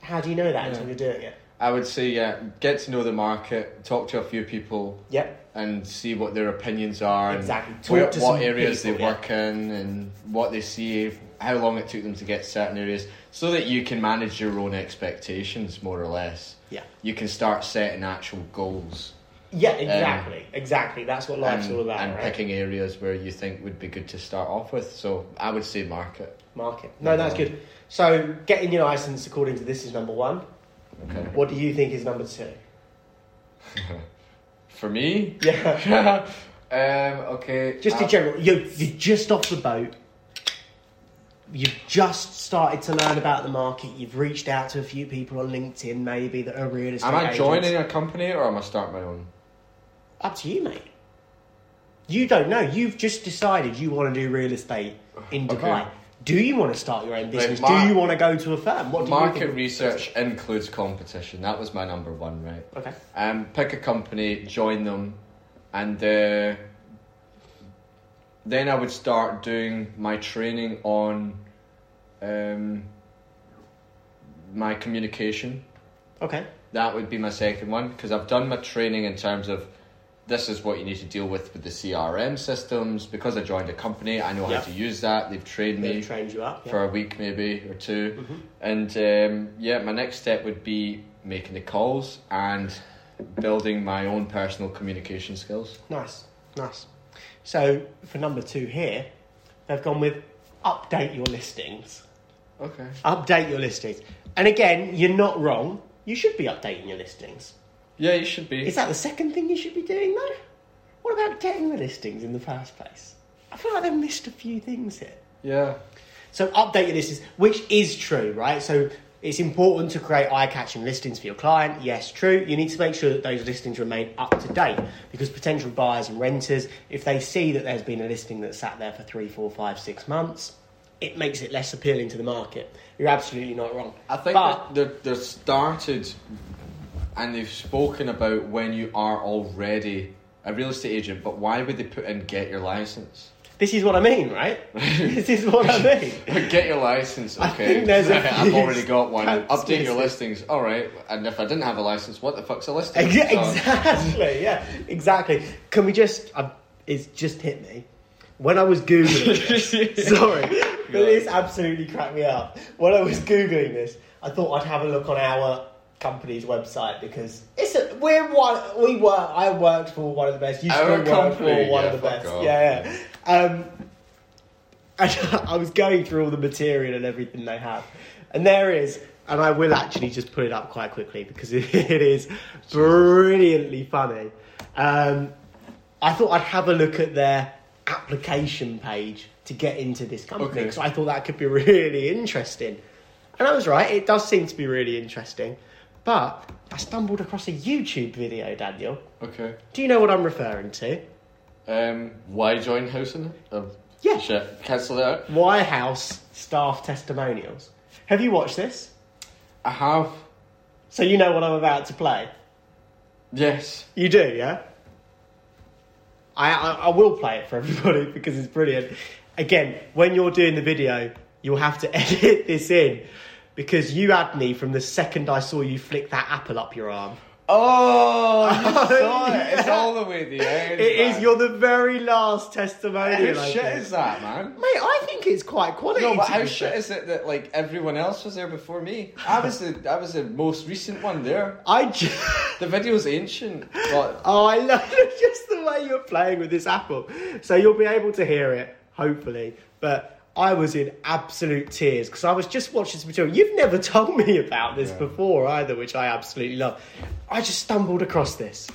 S2: How do you know that until
S1: Yeah.
S2: you're doing it?
S1: I would say yeah. Get to know the market. Talk to a few people.
S2: Yep.
S1: and see what their opinions are
S2: Exactly.
S1: and
S2: Talk
S1: where,
S2: to
S1: what
S2: some
S1: areas
S2: people,
S1: they
S2: yeah.
S1: work in and what they see, how long it took them to get certain areas, so that you can manage your own expectations more or less.
S2: Yeah.
S1: You can start setting actual goals
S2: Yeah. Exactly. exactly. That's what life's
S1: and,
S2: all about.
S1: and
S2: right?
S1: picking areas where you think would be good to start off with. So I would say market.
S2: Market. No, that's good. So getting your license according to this is number one.
S1: Okay.
S2: What do you think is number two?
S1: For me,
S2: Yeah.
S1: um, okay.
S2: Just in
S1: uh,
S2: general, you you're just off the boat. You've just started to learn about the market. You've reached out to a few people on LinkedIn, maybe that are real estate.
S1: Am I
S2: agents.
S1: joining a company or am I starting my own?
S2: Up to you, mate. You don't know. You've just decided you want to do real estate in
S1: Okay.
S2: Dubai. Do you want to start your own business?
S1: mar-
S2: do you want to go to a firm? What do you
S1: Market
S2: think?
S1: research includes competition. That was my number one, right?
S2: Okay.
S1: um, pick a company, join them, and uh, then I would start doing my training on um, my communication.
S2: Okay.
S1: That would be my second one because I've done my training in terms of this is what you need to deal with with the CRM systems. Because I joined a company, I know
S2: Yeah.
S1: how to use that. They've trained me
S2: They've trained you up.
S1: for a week maybe or 2
S2: Mhm.
S1: and um, yeah my next step would be making the calls and building my own personal communication skills
S2: Nice, nice. So for number two here, they've gone with update your listings.
S1: okay
S2: Update your listings. And again, you're not wrong. You should be updating your listings.
S1: yeah you should be
S2: Is that the second thing you should be doing though? What about getting the listings in the first place? I feel like they've missed a few things here.
S1: yeah
S2: So update your listings, which is true, right? So it's important to create eye-catching listings for your client. Yes, true. You need to make sure that those listings remain up to date because potential buyers and renters, if they see that there's been a listing that sat there for three, four, five, six months, it makes it less appealing to the market. You're absolutely not wrong.
S1: I think
S2: But-
S1: that they're, they're started and they've spoken about when you are already a real estate agent, but why would they put in get your license?
S2: This is what I mean, right? this is what I mean.
S1: get your license, okay.
S2: I think there's a
S1: I've
S2: few
S1: already got one.
S2: stamps
S1: Update your
S2: missing.
S1: listings, alright. And if I didn't have a license, what the fuck's a listing?
S2: Exa-
S1: So-
S2: Exactly. Yeah. Exactly. Can we just? Um, it's just hit me. When I was googling, this, sorry, but this absolutely cracked me up. When I was googling this, I thought I'd have a look on our company's website because it's a, we're one. We were. I worked for one of the best. You
S1: Our
S2: still work for
S1: company,
S2: one
S1: yeah,
S2: of the
S1: fuck
S2: best.
S1: off.
S2: Yeah. yeah. Um, and I was going through all the material and everything they have, and there is, and I will actually just put it up quite quickly because it is brilliantly funny. Um, I thought I'd have a look at their application page to get into this company
S1: Okay.
S2: because I thought that could be really interesting, and I was right. It does seem to be really interesting, but I stumbled across a YouTube video, Daniel.
S1: Okay.
S2: Do you know what I'm referring to?
S1: Um, why join housing? Um,
S2: Yeah.
S1: Shit. Cancel that out.
S2: Why House staff testimonials. Have you watched this?
S1: I have.
S2: So you know what I'm about to play.
S1: Yes.
S2: You do, yeah? I, I, I will play it for everybody because it's brilliant. Again, when you're doing the video, you'll have to edit this in because you had me from the second I saw you flick that apple up your arm.
S1: Oh, you saw it. It's
S2: yeah.
S1: all the way at the end.
S2: It is.
S1: man.
S2: You're the very last testimonial.
S1: How
S2: I
S1: shit
S2: think.
S1: is that, man?
S2: Mate, I think it's quite quality.
S1: No, but
S2: to
S1: how
S2: be
S1: shit
S2: fair.
S1: is it that like everyone else was there before me? I was the I was the most recent one there.
S2: I ju-
S1: The video's ancient. But
S2: Oh, I love just the way you're playing with this apple. So you'll be able to hear it, hopefully. But I was in absolute tears because I was just watching this material. You've never told me about this before either, which I absolutely love. I just stumbled across this.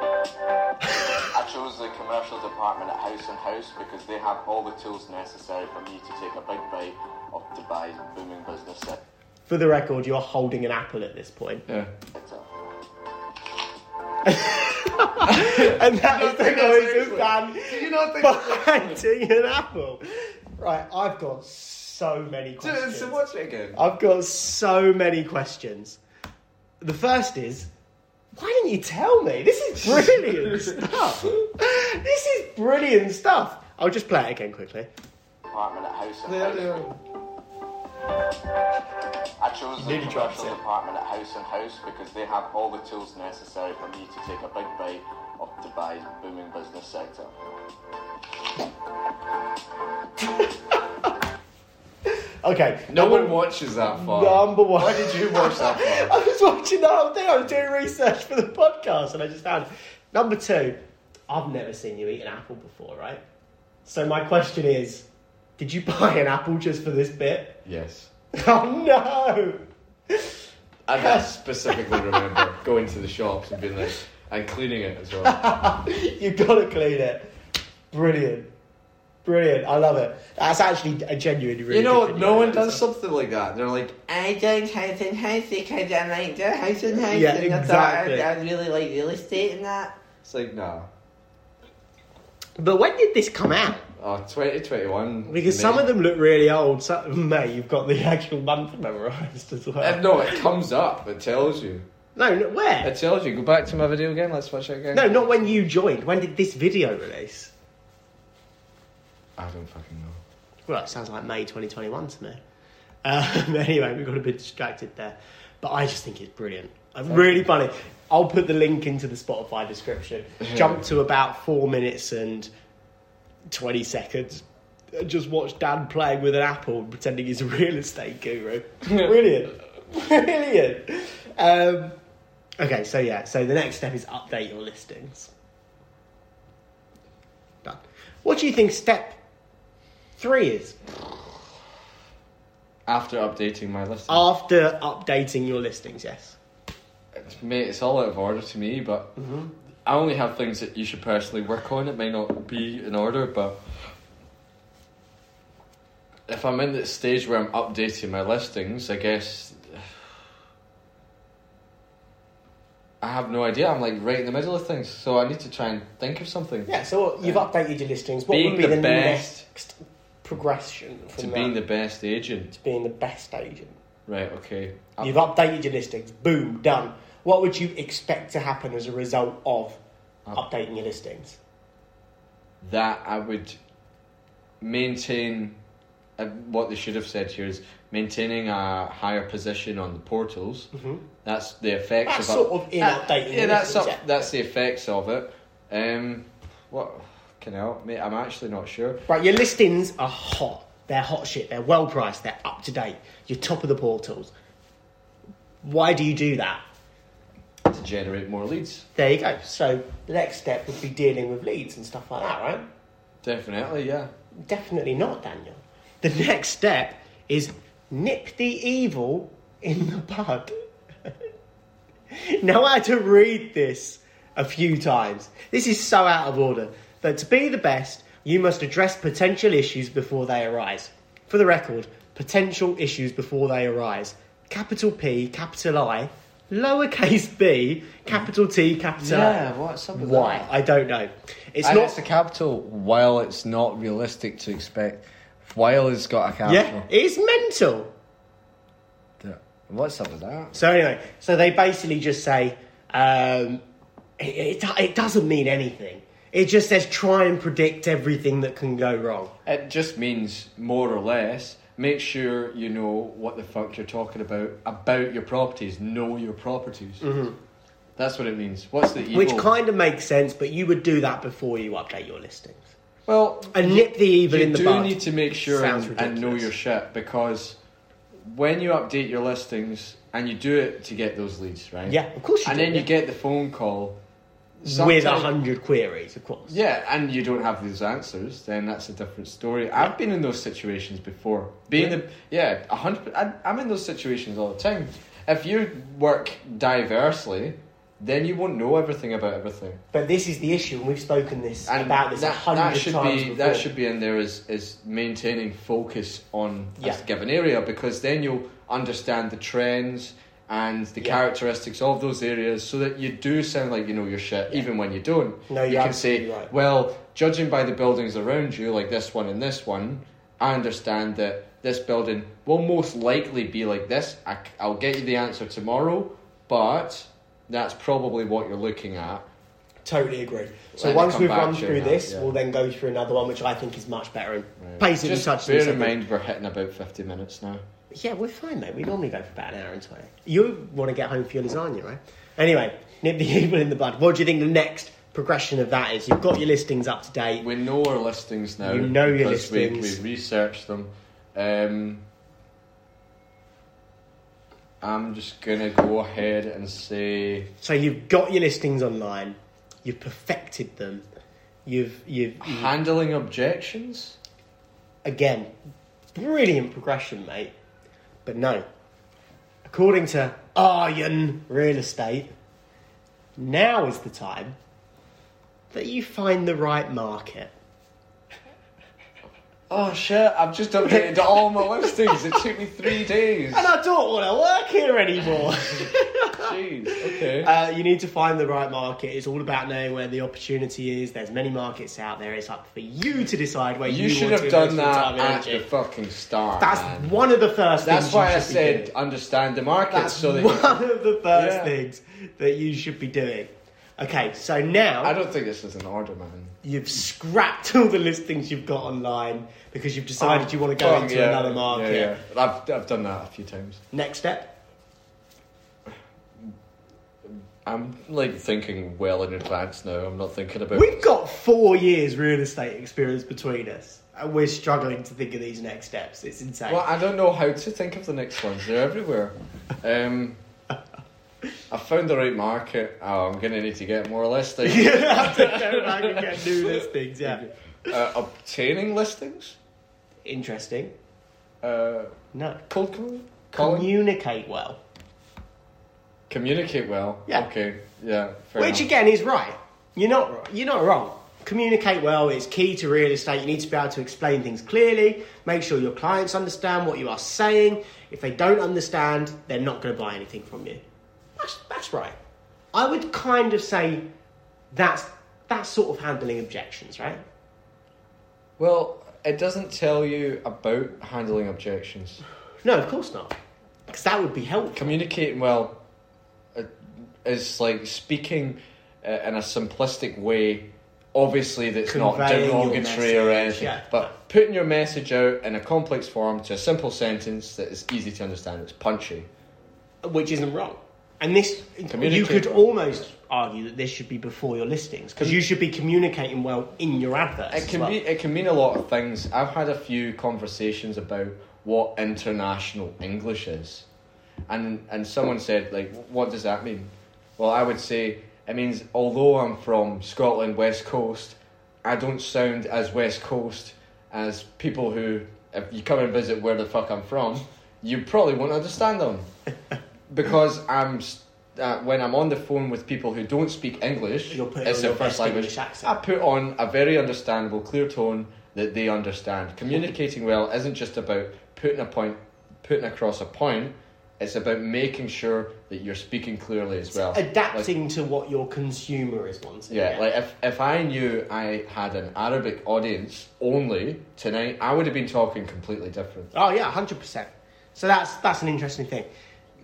S3: I chose the commercial department at House and House because they have all the tools necessary for me to take a big bite of Dubai's booming business sector.
S2: For the record, you're holding an apple at this point.
S1: yeah.
S2: And that is the
S1: think that's
S2: noise of Dan
S1: Do you not think
S2: biting an apple. Right, I've got so many
S1: Dude,
S2: questions.
S1: so watch it again.
S2: I've got so many questions. The first is, why didn't you tell me? This is brilliant stuff. This is brilliant stuff. I'll just play it again quickly.
S3: Department at House and
S1: There
S3: House.
S1: they are.
S3: I chose the
S2: nearly dropped
S3: commercial
S2: it.
S3: department at House and House because they have all the tools necessary for me to take a big bite of Dubai's booming business sector.
S2: Okay.
S1: No one watches that far.
S2: Number one.
S1: Why did you watch that far?
S2: I was watching the whole thing. I was doing research for the podcast, and I just found it. number two. I've never seen you eat an apple before, right? So my question is, did you buy an apple just for this bit?
S1: Yes.
S2: Oh no!
S1: And I specifically remember going to the shops and being like and cleaning it as well.
S2: you gotta clean it. Brilliant. Brilliant. I love it. That's actually a genuinely really
S1: You know,
S2: good video.
S1: no one does something like that. They're like,
S4: I don't house and house because I like the house and house
S2: Yeah,
S4: and that's all I
S2: exactly.
S4: I really like real estate and that.
S1: it's like, nah.
S2: But when did this come out?
S1: Oh, 2021.
S2: Because
S1: May.
S2: some of them look really old. So, May, you've got the actual month memorised as well.
S1: Uh, no, it comes up. It tells you.
S2: no, no, where?
S1: It tells you. Go back to my video again. Let's watch it again.
S2: No, not when you joined. When did this video release?
S1: I don't fucking know.
S2: Well, it sounds like May 2021 to me. Um, anyway, we got a bit distracted there, but I just think it's brilliant. Uh, Really funny. I'll put the link into the Spotify description. Jump to about four minutes and twenty seconds. and Just watch Dan playing with an apple, and pretending he's a real estate guru. Brilliant, brilliant. Um, okay, so yeah, so the next step is update your listings. Done. What do you think step three is?
S1: After updating my list,
S2: After updating your listings, yes.
S1: It's- mate, it's all out of order to me. But I only have things that you should personally work on. It may not be in order, but if I'm in that stage where I'm updating my listings, I guess I have no idea. I'm like right in the middle of things, so I need to try and think of something.
S2: Yeah, so you've updated your listings. What
S1: Being
S2: would be
S1: the
S2: the,
S1: best-
S2: next progression from
S1: To
S2: that?
S1: being the best agent.
S2: to being the best agent?
S1: Right, okay. Up-
S2: You've updated your listings. Boom, done. What would you expect to happen as a result of
S1: Up-
S2: updating your listings?
S1: that I would maintain uh, what they should have said here is maintaining a higher position on the portals. Mm-hmm. That's the effects
S2: That's
S1: of
S2: sort of in
S1: Uh,
S2: updating
S1: Yeah,
S2: your
S1: that's
S2: listings,
S1: up,
S2: yeah.
S1: that's the effects of it. Um, what can I help, mate? I'm actually not sure.
S2: Right, your listings are hot. They're hot shit. They're well priced. They're up to date. You're top of the portals. Why do you do that?
S1: To generate more leads,
S2: There you go. So the next step would be dealing with leads and stuff like that, right?
S1: definitely, yeah.
S2: Definitely not, Daniel. The next step is nip the evil in the bud. now, I had to read this a few times. This is so out of order. That to be the best, you must address potential issues before they arise. For the record, potential issues before they arise. Capital P, capital I, lowercase b, capital T, capital I.
S1: what's up
S2: Why? I don't know. It's
S1: and
S2: not.
S1: it's a capital while it's not realistic to expect. While it's got a
S2: yeah,
S1: capital.
S2: it's mental.
S1: What's up with that?
S2: So anyway, so they basically just say um, it, it, it doesn't mean anything. It just says try and predict everything that can go wrong.
S1: It just means more or less. Make sure you know what the fuck you're talking about about your properties. Know your properties. That's what it means. What's the evil?
S2: Mm-hmm. Which kind of makes sense, but you would do that before you update your listings
S1: Well,
S2: and nip the evil
S1: you
S2: in the
S1: do
S2: bud.
S1: need to make sure
S2: Sounds
S1: and, and know
S2: ridiculous.
S1: your shit because when you update your listings and you do it to get those leads, right?
S2: Yeah, of course you
S1: and
S2: do,
S1: then
S2: yeah.
S1: you get the phone call
S2: with a
S1: sometime-
S2: hundred queries, of course.
S1: Yeah, and you don't have those answers, then that's a different story. I've been in those situations before. Being the yeah, a hundred. I, I'm in those situations all the time. If you work diversely, then you won't know everything about everything.
S2: But this is the issue, and we've spoken this
S1: And
S2: about this a
S1: that, that
S2: hundred
S1: should
S2: times
S1: be
S2: before.
S1: that should be in there is is maintaining focus on
S2: Yeah.
S1: a given area because then you'll understand the trends and the
S2: Yeah.
S1: characteristics of those areas so that you do sound like you know your shit even when you don't.
S2: No,
S1: you
S2: you're
S1: can say,
S2: absolutely right.
S1: well, judging by the buildings around you, like this one and this one, I understand that this building will most likely be like this. I, c- I'll get you the answer tomorrow, but that's probably what you're looking at.
S2: Totally agree. So
S1: When they
S2: once
S1: come
S2: we've
S1: back
S2: run
S1: to you
S2: through
S1: now,
S2: this,
S1: yeah.
S2: we'll then go through another one, which I think is much better and basically
S1: Just
S2: touches on
S1: bear in
S2: something-
S1: mind we're hitting about 50 minutes now.
S2: Yeah, we're fine, mate. We normally go for about an hour and 20. You want to get home for your lasagna, right? Anyway, nip the evil in the bud. What do you think the next progression of that is? You've got your listings up to date.
S1: We know our listings now.
S2: You know your
S1: because
S2: listings.
S1: We, we research them. Um, I'm just gonna go ahead and say
S2: So you've got your listings online. You've perfected them. You've, you've, you've
S1: handling objections.
S2: again, brilliant progression, mate. But no. According to Aryan Real Estate, now is the time that you find the right market.
S1: Oh shit! I've just updated all my listings. It took me three days.
S2: And I don't want to work here anymore.
S1: Jeez. Okay.
S2: Uh, you need to find the right market. It's all about knowing where the opportunity is. There's many markets out there. It's up for you to decide where you,
S1: you, should
S2: want
S1: have
S2: to
S1: done
S2: invest your
S1: that
S2: time and
S1: at the
S2: energy.
S1: fucking start.
S2: That's
S1: man.
S2: one of the first
S1: That's
S2: things. you
S1: why I
S2: should be
S1: said
S2: doing.
S1: understand the market
S2: that's
S1: so that you
S2: one of the first
S1: Yeah.
S2: things that you should be doing. Okay, so
S1: I
S2: now
S1: don't think this is an order, man.
S2: you've scrapped all the listings you've got online because you've decided you want to go
S1: Oh, Fuck,
S2: into
S1: Um, yeah.
S2: another market.
S1: Yeah, yeah. I've, I've done that a few times.
S2: Next step.
S1: I'm like thinking well in advance now. I'm not thinking about.
S2: We've got four years real estate experience between us, and we're struggling to think of these next steps. It's insane.
S1: Well, I don't know how to think of the next ones. They're everywhere. Um, I found the right market. Oh, I'm gonna need to get more listings.
S2: you have to go back and get new listings. Yeah,
S1: Uh, obtaining listings.
S2: interesting.
S1: Uh,
S2: No,
S1: cold calling. Calling.
S2: communicate well,
S1: Communicate well.
S2: Yeah.
S1: Okay. Yeah. Fair enough.
S2: which again is right. You're not you're not wrong. Communicate well is key to real estate. You need to be able to explain things clearly. Make sure your clients understand what you are saying. If they don't understand, they're not going to buy anything from you. That's, that's right. I would kind of say that's that's sort of handling objections, right?
S1: Well, it doesn't tell you about handling objections.
S2: No, of course not, because that would be helpful.
S1: Communicating well uh, is like speaking uh, in a simplistic way. Obviously, that's not
S2: Conveying your
S1: derogatory or
S2: message,
S1: anything,
S2: yeah.
S1: but putting your message out in a complex form to a simple sentence that is easy to understand, it's punchy.
S2: which isn't wrong. And this, you
S1: Communicate
S2: could
S1: well.
S2: almost argue that this should be before your listings because you should be communicating well in your adverts.
S1: It
S2: as
S1: can
S2: well.
S1: be. It can mean a lot of things. I've had a few conversations about what international English is, and and someone said like, "What does that mean?" Well, I would say it means although I'm from Scotland, West Coast, I don't sound as West Coast as people who, if you come and visit where the fuck I'm from, you probably won't understand them, because I'm. s- Uh, when I'm on the phone with people who don't speak English,
S2: You're putting
S1: it's
S2: on
S1: their
S2: your
S1: first
S2: best
S1: language.
S2: English accent.
S1: I put on a very understandable, clear tone that they understand. Communicating well isn't just about putting a point, putting across a point. It's about making sure that you're speaking clearly as well. Like,
S2: adapting to what your consumer is wanting.
S1: yeah, like if, if I knew I had an Arabic audience only tonight, I would have been talking completely different.
S2: oh yeah, hundred percent. So that's that's an interesting thing.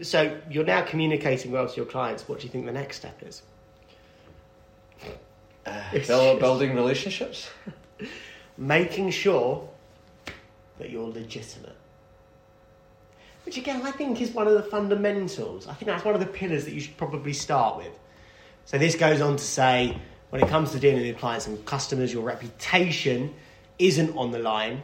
S2: So you're now communicating well to your clients. What do you think the next step is? It's
S1: Build,
S2: just
S1: building relationships.
S2: making sure that you're legitimate. Which again, I think is one of the fundamentals. I think that's one of the pillars that you should probably start with. So this goes on to say, when it comes to dealing with clients and customers, your reputation isn't on the line.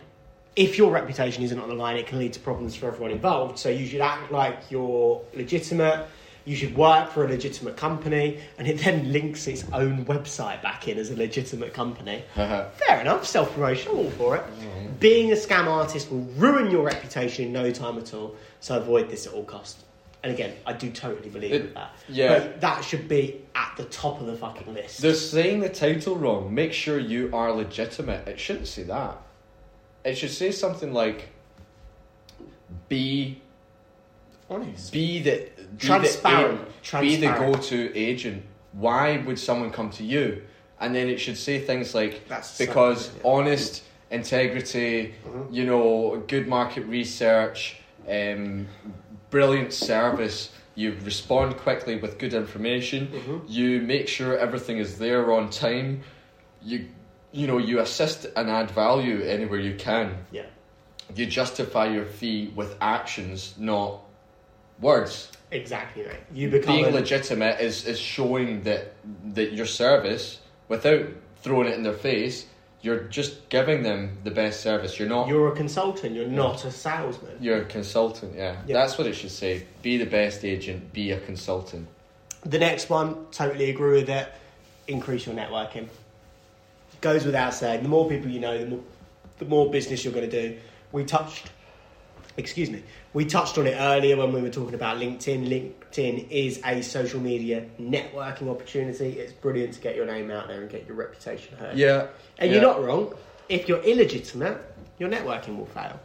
S2: If your reputation isn't on the line, it can lead to problems for everyone involved. So you should act like you're legitimate. You should work for a legitimate company, and it then links its own website back in as a legitimate company.
S1: Uh-huh.
S2: Fair enough, self promotion, all for it.
S1: Mm-hmm.
S2: Being a scam artist will ruin your reputation in no time at all, so avoid this at all costs. And again, I do totally believe
S1: It-
S2: in that.
S1: yeah.
S2: But that should be at the top of the fucking list.
S1: They're saying the title wrong. Make sure you are legitimate. It shouldn't say that. It should say something like be
S2: Honest.
S1: be the be the
S2: Transparent.
S1: a- be the
S2: Transparent.
S1: go-to agent. Why would someone come to you? And then it should say things like
S2: That's
S1: because
S2: something,
S1: honest integrity,
S2: Mm-hmm.
S1: you know, good market research, um, brilliant service. You respond quickly with good information.
S2: Mm-hmm.
S1: You make sure everything is there on time. You, you know, you assist and add value anywhere you can.
S2: Yeah.
S1: You justify your fee with actions, not words
S2: Exactly right. You become
S1: being
S2: a,
S1: legitimate is, is showing that that your service without throwing it in their face you're just giving them the best service you're not you're,
S2: you're a consultant, you're not a salesman.
S1: a consultant yeah.
S2: Yeah.
S1: that's what it should say be the best agent be a consultant
S2: The next one, totally agree with it. Increase your networking. Goes without saying, the more people you know, the more, the more business you're going to do. We touched, excuse me, we touched on it earlier when we were talking about LinkedIn. LinkedIn is a social media networking opportunity. It's brilliant to get your name out there and get your reputation heard.
S1: yeah
S2: And you're not wrong. If you're illegitimate, your networking will fail.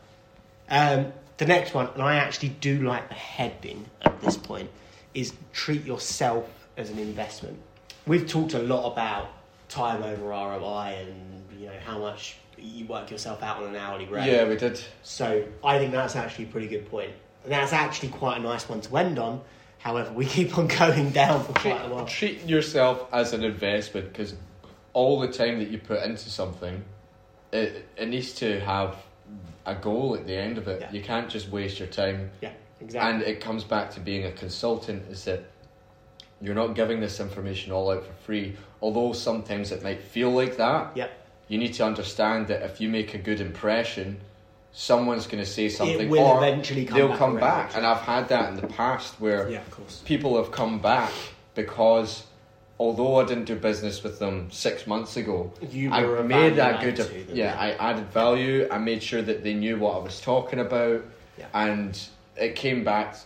S2: Um, the next one, and I actually do like the heading at this point, is treat yourself as an investment. We've talked a lot about time over ROI and you know how much you work yourself out on an hourly rate.
S1: yeah we did
S2: So I think that's actually a pretty good point. And that's actually quite a nice one to end on. However, we keep on going down for quite a while.
S1: Treat, treat yourself as an investment because all the time that you put into something, it, it needs to have a goal at the end of it.
S2: Yeah.
S1: You can't just waste your time.
S2: Yeah, exactly.
S1: And it comes back to being a consultant is that you're not giving this information all out for free, although sometimes it might feel like that.
S2: Yep.
S1: You need to understand that if you make a good impression, someone's going to say something
S2: will
S1: or
S2: eventually come
S1: they'll
S2: back
S1: come
S2: around.
S1: back. And I've had that in the past where
S2: Yeah, of course.
S1: people have come back because although I didn't do business with them six months ago,
S2: You
S1: I
S2: were a
S1: made that
S2: value
S1: good.
S2: add to them,
S1: yeah,
S2: yeah.
S1: I added value. I made sure that they knew what I was talking about,
S2: Yeah.
S1: and it came back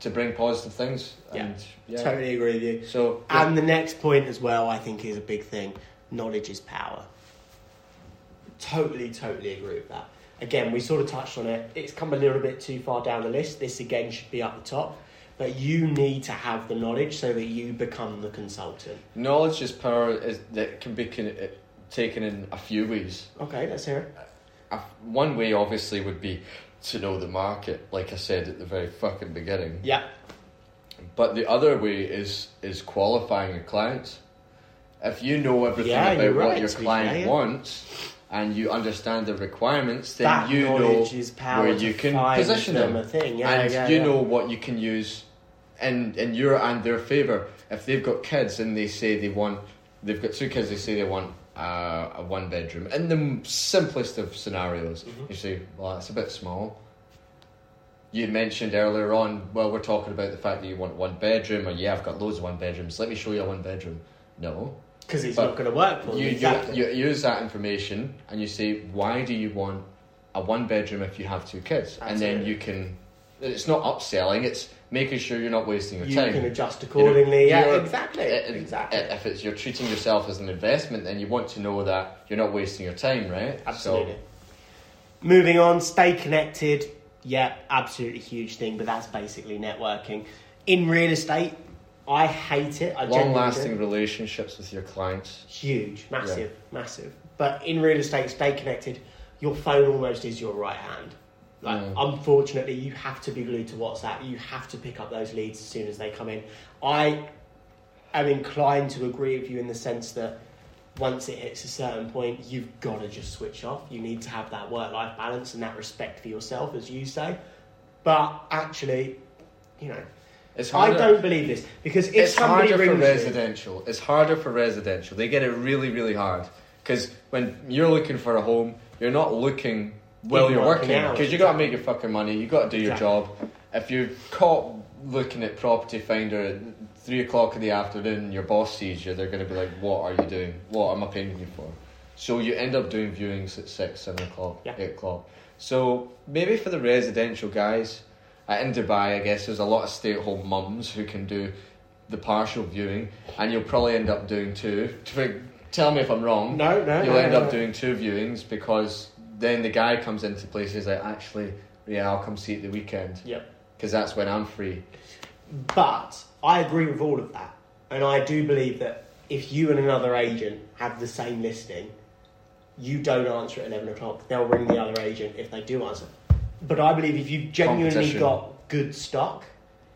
S1: to bring positive things.
S2: Yeah.
S1: And, yeah.
S2: Totally agree with you.
S1: So yeah,
S2: And the next point as well, I think, is a big thing. Knowledge is power. Totally, totally agree with that. Again, we sort of touched on it. It's come a little bit too far down the list. This again should be up the top. But you need to have the knowledge so that you become the consultant.
S1: knowledge is power. Is that can be con- it- taken in a few ways.
S2: Okay, let's hear it.
S1: A- One way, obviously, would be to know the market, like I said at the very fucking beginning.
S2: Yeah.
S1: But the other way is is qualifying your clients. If you know everything
S2: Yeah,
S1: about
S2: you're
S1: what
S2: right,
S1: your
S2: to be
S1: client
S2: fair.
S1: wants and you understand the requirements, then
S2: That
S1: you know
S2: knowledge is power
S1: where
S2: to
S1: you can
S2: find
S1: position them,
S2: them a thing. Yeah,
S1: and
S2: yeah,
S1: you
S2: yeah.
S1: know what you can use in in your and their favor. If they've got kids and they say they want, they've got two kids, they say they want uh, a one bedroom. In the m- simplest of scenarios,
S2: Mm-hmm.
S1: you say, well, that's a bit small you mentioned earlier on, well, we're talking about the fact that you want one bedroom, or yeah, I've got loads of one bedrooms. Let me show you a one bedroom. No,
S2: Because it's
S1: But
S2: not going to work for
S1: you,
S2: you. Exactly.
S1: you you use that information and you say, why do you want a one bedroom if you have two kids? And then
S2: Absolutely.
S1: you can. It's not upselling. It's making sure you're not wasting your
S2: You
S1: time.
S2: can adjust
S1: You know,
S2: accordingly. yeah,
S1: you're-
S2: exactly.
S1: i- i-
S2: exactly.
S1: If it's you're treating yourself as an investment, then you want to know that you're not wasting your time, right? So-
S2: Absolutely. Moving on, stay connected. Yeah, absolutely huge thing, but that's basically networking. In real estate, I hate it. I
S1: long
S2: genuinely do.
S1: lasting relationships with your clients.
S2: Huge, massive, massive. But in real estate, stay connected. Your phone almost is your right hand. Like,
S1: Mm.
S2: unfortunately, you have to be glued to WhatsApp. You have to pick up those leads as soon as they come in. I am inclined to agree with you in the sense that once it hits a certain point, you've got to just switch off. You need to have that work life balance and that respect for yourself, as you say. But actually, you know,
S1: It's
S2: I
S1: harder-
S2: don't believe this because if
S1: it's
S2: somebody
S1: harder for
S2: rings you,
S1: residential. It's harder for residential. They get it really, really hard because when you're looking for a home, you're not looking while
S2: In
S1: you're
S2: working
S1: working
S2: hours,
S1: because you got to make your fucking money. You got to do your
S2: Exactly.
S1: job. If you're caught looking at property finder at three o'clock in the afternoon, and your boss sees you. They're going to be like, "What are you doing? What am I paying you for?" So you end up doing viewings at six, seven o'clock,
S2: Yeah.
S1: eight o'clock. So maybe for the residential guys, uh, in Dubai, I guess there's a lot of stay-at-home mums who can do the partial viewing, and you'll probably end up doing two. To- Tell me if I'm wrong.
S2: No, no,
S1: You'll
S2: no,
S1: end
S2: no,
S1: up
S2: no.
S1: doing two viewings because then the guy comes into place. He's like, actually, yeah, I'll come see it the weekend
S2: Yep.
S1: because that's when I'm free.
S2: But I agree with all of that. And I do believe that if you and another agent have the same listing, you don't answer at 11 o'clock, they'll ring the other agent if they do answer. But I believe if you've genuinely
S1: Competition.
S2: got good stock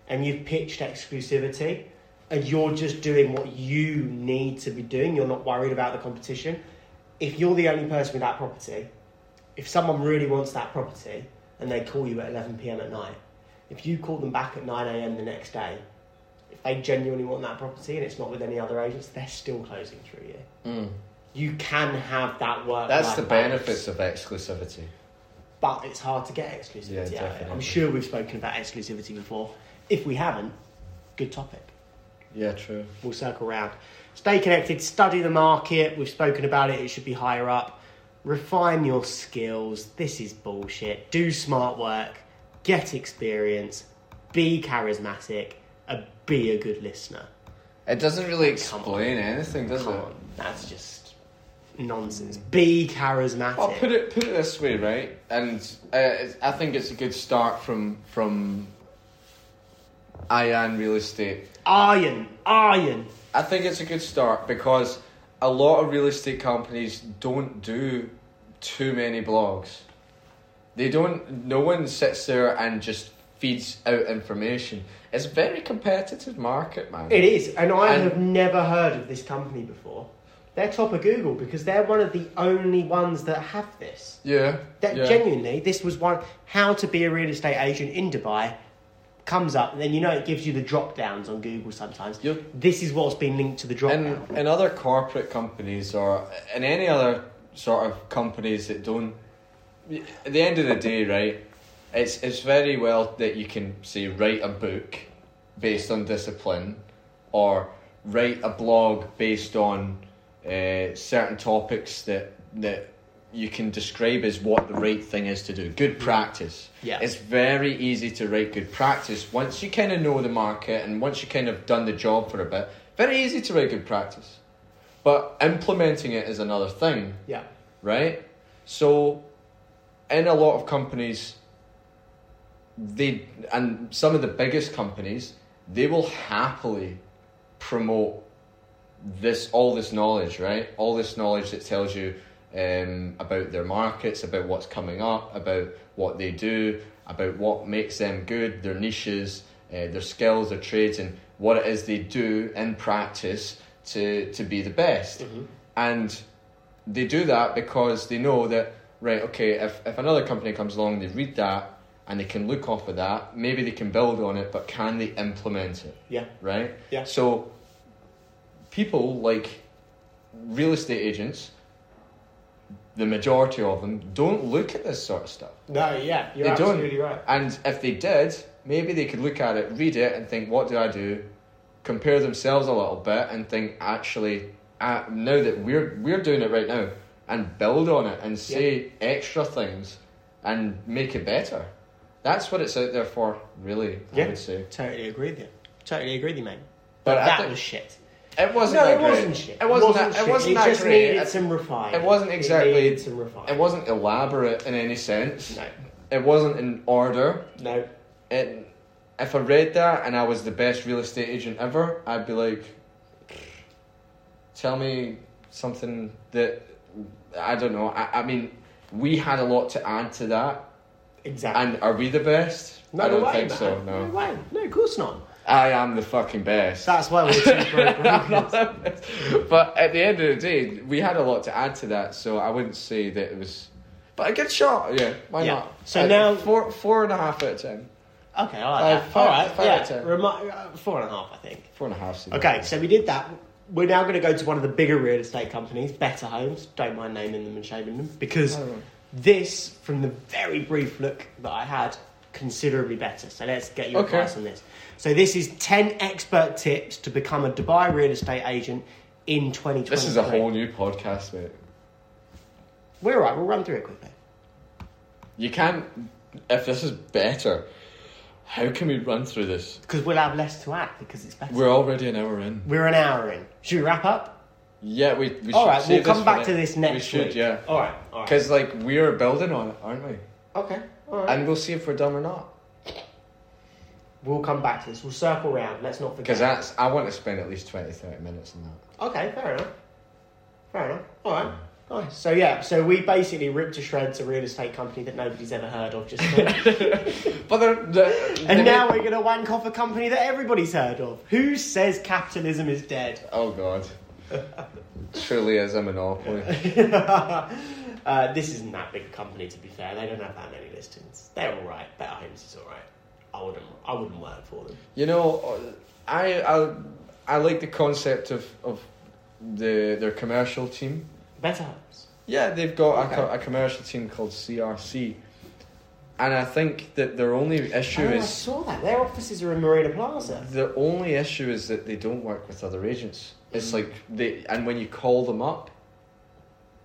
S2: and you've pitched exclusivity and you're just doing what you need to be doing, you're not worried about the competition. If you're the only person with that property, if someone really wants that property and they call you at 11 p.m. at night, if you call them back at 9 a.m. the next day, if they genuinely want that property and it's not with any other agents, they're still closing through you. You can have that work.
S1: Hmm. That's the benefits of exclusivity.
S2: but it's hard to get exclusivity.
S1: Yeah,
S2: out of it. I'm
S1: definitely.
S2: sure we've spoken about exclusivity before. If we haven't, good topic.
S1: Yeah, true.
S2: We'll circle round. Stay connected. Study the market. We've spoken about it. It should be higher up. Refine your skills. This is bullshit. Do smart work. Get experience. Be charismatic. And be a good listener.
S1: It doesn't really
S2: Come on.
S1: explain anything, does
S2: Come
S1: it?
S2: on, that's just nonsense. Be charismatic.
S1: I'll put it put it this way, right? And uh, it's- I think it's a good start from from Ian Real Estate.
S2: Iron, iron.
S1: I think it's a good start because a lot of real estate companies don't do too many blogs. They don't. No one sits there and just feeds out information. It's a very competitive market, man.
S2: It is, and I
S1: And-
S2: have never heard of this company before. They're top of Google because they're one of the only ones that have this.
S1: yeah.
S2: That
S1: yeah.
S2: genuinely, this was one how to be a real estate agent in Dubai comes up, and then you know it gives you the drop downs on Google sometimes.
S1: Yep.
S2: This is what's been linked to the drop
S1: in,
S2: down.
S1: in other corporate companies or in any other sort of companies that don't at the end of the day right it's it's very well that you can say write a book based on discipline or write a blog based on uh, certain topics that that you can describe as what the right thing is to do good practice
S2: Yeah.
S1: it's very easy to write good practice once you kind of know the market and once you kind of done the job for a bit very easy to write good practice but implementing it is another thing
S2: Yeah.
S1: right? So, in a lot of companies, they and some of the biggest companies, they will happily promote this all this knowledge, right? All this knowledge that tells you um, about their markets, about what's coming up, about what they do, about what makes them good, their niches, uh, their skills, their trades, and what it is they do in practice to to be the best. And they do that because they know that right okay if, if another company comes along they read that and they can look off of that maybe they can build on it but can they implement it
S2: Yeah.
S1: right
S2: Yeah.
S1: so people like real estate agents the majority of them don't look at this sort of stuff
S2: No, yeah, you're
S1: they don't.
S2: absolutely right.
S1: And if they did, maybe they could look at it, read it, and think, "What did I do?" Compare themselves a little bit and think, "Actually, I, now that we're we're doing it right now, and build on it and say extra things and make it better." That's what it's out there for, really. I
S2: Yeah.
S1: would say
S2: Totally agree with you. Totally agree with you, mate.
S1: But
S2: But,
S1: I
S2: that
S1: think-
S2: was shit.
S1: it wasn't.
S2: No,
S1: that
S2: it
S1: great.
S2: wasn't shit.
S1: It wasn't. that-
S2: shit.
S1: it wasn't
S2: It
S1: that
S2: just
S1: great.
S2: needed
S1: It-
S2: some refining.
S1: It wasn't exactly.
S2: needed some refining.
S1: it wasn't elaborate in any sense.
S2: No.
S1: It wasn't in order.
S2: No.
S1: it, if I read that and I was the best real estate agent ever, I'd be like, tell me something that I don't know. I, I mean, we had a lot to add to that,
S2: Exactly.
S1: and are we the best?
S2: no
S1: I don't
S2: way,
S1: think
S2: man.
S1: so.
S2: no.
S1: No,
S2: way. No, of course not.
S1: I am the fucking best.
S2: That's why we're two broke
S1: I'm not
S2: Americans.
S1: the best. But at the end of the day, we had a lot to add to that, so I wouldn't say that it was. But a good shot, yeah. Why
S2: Yeah.
S1: not?
S2: So
S1: Uh,
S2: now-
S1: four four and a half out of ten.
S2: Okay, I
S1: Five-
S2: like that.
S1: five-
S2: All right,
S1: five out of
S2: yeah.
S1: ten.
S2: Remi- uh, four and a half, I think.
S1: Four and a half. 's enough.
S2: Okay, so we did that. We're now going to go to one of the bigger real estate companies, Better Homes. Don't mind naming them and shaming them because
S1: Oh.
S2: this, from the very brief look that I had, considerably better. So let's get your
S1: Okay.
S2: advice on this. So this is ten expert tips to become a Dubai real estate agent in 2020.
S1: This is a whole new podcast, mate.
S2: We're all right. We'll run through it quickly.
S1: You can't. If this is better, how can we run through this?
S2: Because we'll have less to add because it's better. We're,
S1: We're already an hour in.
S2: an hour in. Should we wrap up?
S1: Yeah, we. we
S2: All
S1: should
S2: right,
S1: save
S2: we'll
S1: for
S2: come back
S1: ne-
S2: to this next
S1: We should,
S2: week.
S1: yeah.
S2: All right. All right.
S1: Because like we're building on it, aren't we?
S2: Okay. All right.
S1: And we'll see if we're done or not.
S2: We'll come back to this. We'll circle round. Let's not forget.
S1: Because that's I want to spend at least 20, 30 minutes on that.
S2: Okay, fair enough. Fair enough. All right. Nice. So yeah, so we basically ripped to shreds a real estate company that nobody's ever heard of, just
S1: But they're, they
S2: and now we're gonna wank off a company that everybody's heard of. Who says capitalism is dead?
S1: oh god, truly is a monopoly.
S2: uh, this isn't that big a company, to be fair. They don't have that many listings. They're all right. Better Homes is all right. I wouldn't. I wouldn't work for them.
S1: You know, I I, I like the concept of of the their commercial team.
S2: Better Homes.
S1: Yeah, they've got a, co- a commercial team called CRC, and I think that their only issue
S2: Oh, I
S1: is
S2: saw that. Their offices are in Marina Plaza.
S1: the only issue is that they don't work with other agents.
S2: Mm.
S1: It's like they and when you call them up,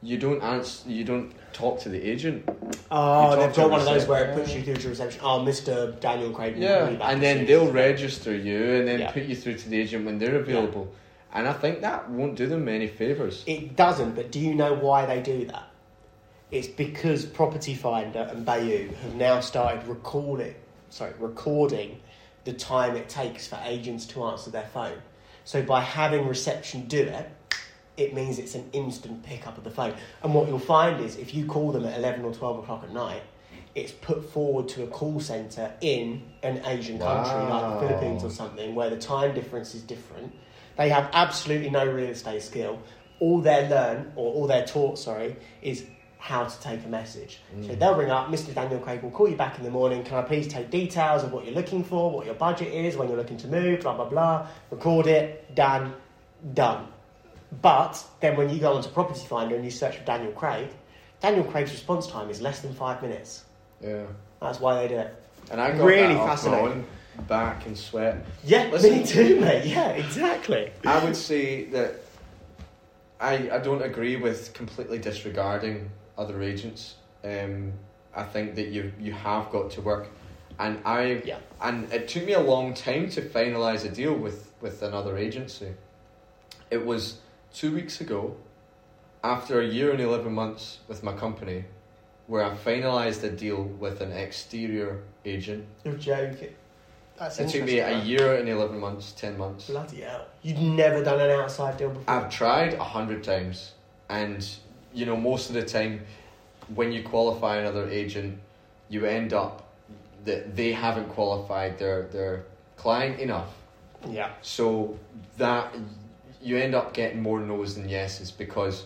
S1: you don't answer. You don't talk to the agent.
S2: Oh,
S1: You
S2: they've
S1: talk to
S2: got one of
S1: reception.
S2: those where it puts you through to reception. Oh, Mr. Daniel Craig. will
S1: Yeah,
S2: call you back
S1: and
S2: as soon
S1: then
S2: as
S1: they'll
S2: he's back.
S1: register you and then
S2: Yeah.
S1: put you through to the agent when they're available. And I think that won't do them any favors.
S2: It doesn't, but do you know why they do that? It's because Property Finder and Bayou have now started recalling, sorry, recording the time it takes for agents to answer their phone. So by having reception do it, it means it's an instant pickup of the phone. And what you'll find is if you call them at 11 or 12 o'clock at night, it's put forward to a call center in an Asian country like
S1: Wow.
S2: the Philippines or something where the time difference is different. They have absolutely no real estate skill. All they're learn or all they're taught, sorry, is how to take a message. So they'll ring up, Mr. Daniel Craig will call you back in the morning. Can I please take details of what you're looking for, what your budget is, when you're looking to move, blah blah blah. Record it, done, done. But then when you go onto Property Finder and you search for Daniel Craig, Daniel Craig's response time is less than five minutes.
S1: Yeah.
S2: That's why they do it.
S1: And I got
S2: Really
S1: that off
S2: fascinating.
S1: my own back and sweat.
S2: Yeah,
S1: Listen-
S2: me too, mate. Yeah, exactly.
S1: I would say that I I don't agree with completely disregarding other agents. Um, I think that you you have got to work, and I
S2: Yeah.
S1: and it took me a long time to finalize a deal with with another agency. It was two weeks ago, after a year and eleven months with my company, where I finalized a deal with an exterior agent.
S2: You're joking. That's
S1: It took me a
S2: interesting.
S1: year and eleven months, ten months.
S2: Bloody hell. You'd never done an outside deal before.
S1: I've tried a hundred times, and you know most of the time, when you qualify another agent, you end up that they haven't qualified their their client enough,
S2: yeah.
S1: so that you end up getting more no's than yeses because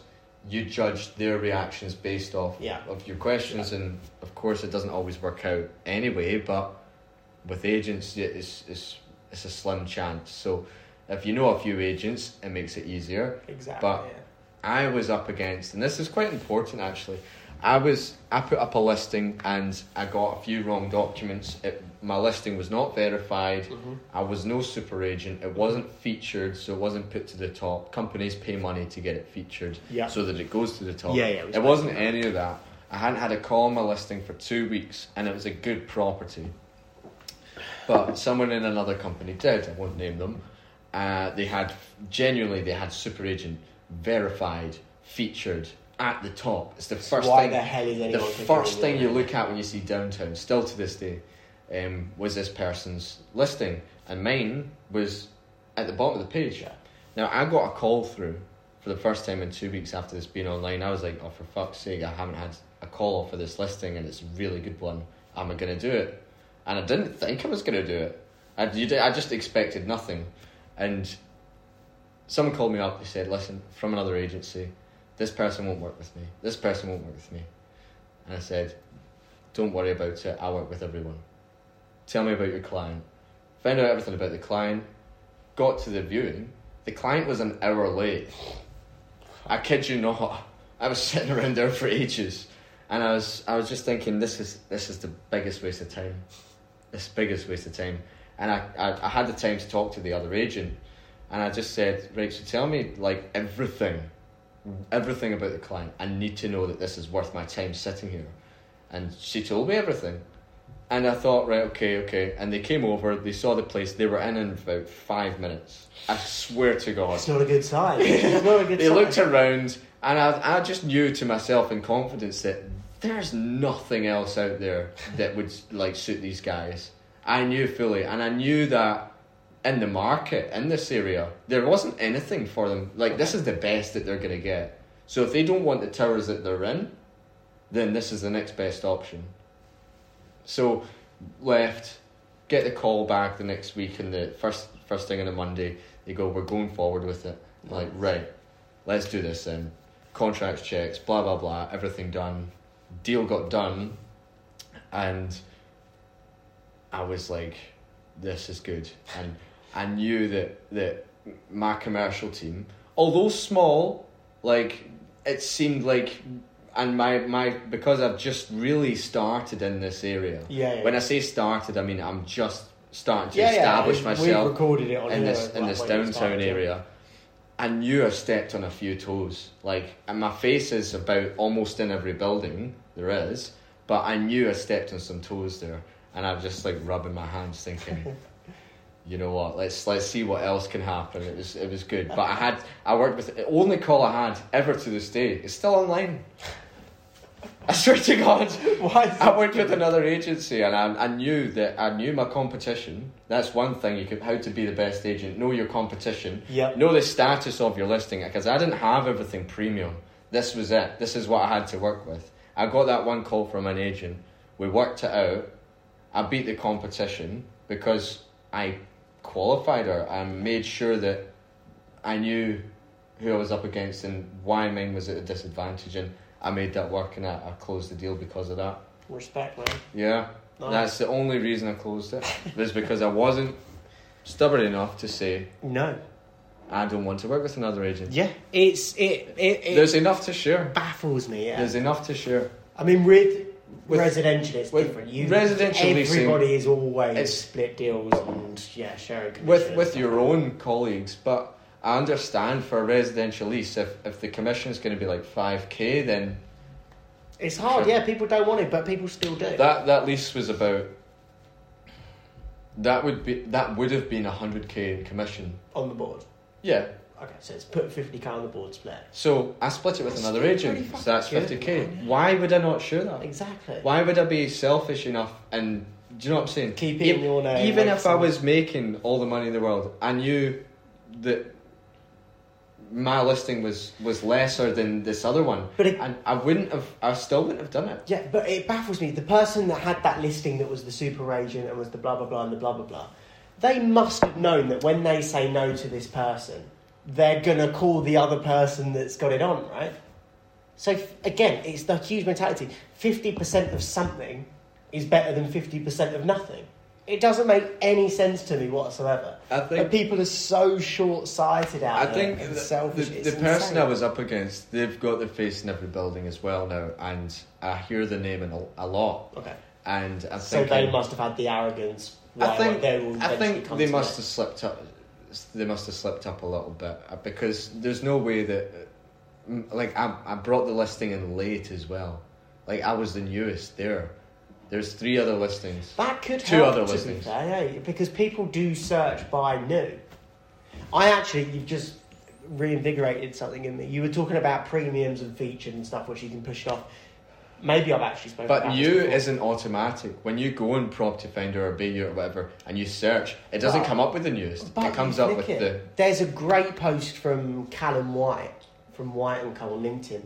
S1: you judge their reactions based off
S2: Yeah.
S1: of your questions, and of course it doesn't always work out anyway. But with agents, it- it's it's it's a slim chance. So. If you know a few agents, it makes it easier.
S2: Exactly.
S1: But- I was up against, and this is quite important actually. I was I put up a listing and I got a few wrong documents. It, my listing was not verified.
S2: Mm-hmm.
S1: I was no super agent. It wasn't featured, so it wasn't put to the top. Companies pay money to get it featured,
S2: Yeah.
S1: so that it goes to the top.
S2: Yeah, yeah, we
S1: It wasn't any of that. I hadn't had a call on my listing for two weeks, and it was a good property. But someone in another company did. I won't name them. Uh, they had genuinely they had super agent verified featured at the top. It's the first
S2: why
S1: thing.
S2: the hell is anyone
S1: the
S2: clicking
S1: first
S2: on
S1: thing
S2: it?
S1: you look at when you see downtown, still to this day, um, was this person's listing, and mine was at the bottom of the page.
S2: Yeah.
S1: Now I got a call through for the first time in two weeks after this being online. I was like, oh for fuck's sake, I haven't had a call for this listing, and it's a really good one. Am I gonna do it? And I didn't think I was gonna do it. I you, I just expected nothing, and someone called me up. They said, "Listen, from another agency, this person won't work with me. This person won't work with me." And I said, "Don't worry about it. I work with everyone. Tell me about your client. Found out everything about the client. Got to the viewing. The client was an hour late. I kid you not. I was sitting around there for ages, and I was I was just thinking, this is this is the biggest waste of time. This biggest waste of time." And I, I, I had the time to talk to the other agent, and I just said, right, so tell me like everything, everything about the client. I need to know that this is worth my time sitting here. And she told me everything. And I thought, right, okay, okay. And they came over, they saw the place, they were in in about five minutes. I swear to God.
S2: It's not a good sign. It's not a good
S1: They
S2: sign.
S1: looked around, and I, I just knew to myself in confidence that there's nothing else out there that would like suit these guys. I knew fully, and I knew that in the market in this area there wasn't anything for them. Like this is the best that they're gonna get. So if they don't want the towers that they're in, then this is the next best option. So left, get the call back the next week and the first first thing on a Monday, they go, We're going forward with it. I'm Like, right, let's do this then. Contracts checks, blah blah blah, everything done. Deal got done and I was like, This is good and I knew that that my commercial team, although small, like it seemed like and my, my because I've just really started in this area.
S2: Yeah, yeah.
S1: When I say started, I mean I'm just starting to
S2: Yeah, yeah,
S1: establish
S2: we- We
S1: myself
S2: recorded it on
S1: in
S2: here,
S1: this in
S2: like,
S1: this
S2: when we
S1: downtown
S2: started.
S1: area. I knew I stepped on a few toes, like, and my face is about almost in every building there is, but I knew I stepped on some toes there, and I'm just like rubbing my hands, thinking, you know what, let's let's see what else can happen. It was it was good, but I had I worked with the only call I had ever to this day. It's still online. I swear to God,
S2: Why is
S1: I worked with another agency, and I, I knew that I knew my competition. That's one thing you could how to be the best agent. Know your competition.
S2: Yep.
S1: Know the status of your listing because I didn't have everything premium. This was it. This is what I had to work with. I got that one call from an agent We worked it out. I beat the competition because I qualified her. I made sure that I knew who I was up against and why mine was at a disadvantage, and I made that work and I, I closed the deal because of that.
S2: Respect, man.
S1: Yeah,
S2: Nice.
S1: that's the only reason I closed it was because I wasn't stubborn enough to say
S2: No.
S1: I don't want to work with another agent.
S2: Yeah. It's it it, it
S1: There's enough to share.
S2: baffles me. Yeah.
S1: There's enough to share.
S2: I mean, with,
S1: With-
S2: residential, it's
S1: with
S2: different. You,
S1: residential leasing,
S2: everybody is always
S1: it's-
S2: split deals and yeah, sharing commission.
S1: with with your own colleagues, but I understand for a residential lease, if if the commission's going to be like five k, then
S2: It's hard. Yeah, people don't want it, but people still do.
S1: that that lease was about. That would be that would have been hundred k in commission.
S2: on the board.
S1: Yeah,
S2: Okay, so it's put fifty k on the board split.
S1: so I split it with another agent, so that's
S2: good,
S1: fifty k. Why would I not share that?
S2: Exactly.
S1: Why would I be selfish enough and do you know what I'm saying?
S2: Keep it in your name,
S1: Even
S2: like
S1: if I
S2: some-
S1: was making all the money in the world, I knew that my listing was was lesser than this other one.
S2: But it-
S1: and I wouldn't have. I still wouldn't have done it.
S2: Yeah, but it baffles me. The person that had that listing that was the super agent and was the blah blah blah and the blah blah blah, they must have known that when they say no to this person, they're gonna call the other person that's got it on, right? So f- again, it's the huge mentality. Fifty percent of something is better than fifty percent of nothing. It doesn't make any sense to me whatsoever.
S1: I think-
S2: but people are so short-sighted out
S1: I
S2: there
S1: think
S2: and
S1: the,
S2: selfish.
S1: the,
S2: It's
S1: the person
S2: insane.
S1: I was up against, they've got their face in every building as well now, and I hear the name in a, a lot.
S2: okay.
S1: And I'm
S2: So
S1: thinking,
S2: they must have had the arrogance.
S1: I
S2: why
S1: think
S2: they will
S1: I
S2: eventually
S1: think
S2: come
S1: they
S2: to
S1: must
S2: that.
S1: have slipped up. They must have slipped up a little bit uh, because there's no way that, mm, like I, I brought the listing in late as well. Like I was the newest there. There's three other listings.
S2: That could
S1: Two
S2: help,
S1: other
S2: to be
S1: listings.
S2: fair, yeah, because people do search by new. I actually, you've just reinvigorated something in me. You were talking about premiums and features and stuff, which you can push off. Maybe I've actually spoken
S1: But
S2: about
S1: new
S2: this before.
S1: isn't automatic. When you go on Property Finder or Bayou or whatever, and you search, it doesn't
S2: But-
S1: come up with the newest.
S2: But
S1: It comes
S2: you
S1: up
S2: click
S1: with
S2: it.
S1: the
S2: There's a great post from Callum White, from White and Co on LinkedIn,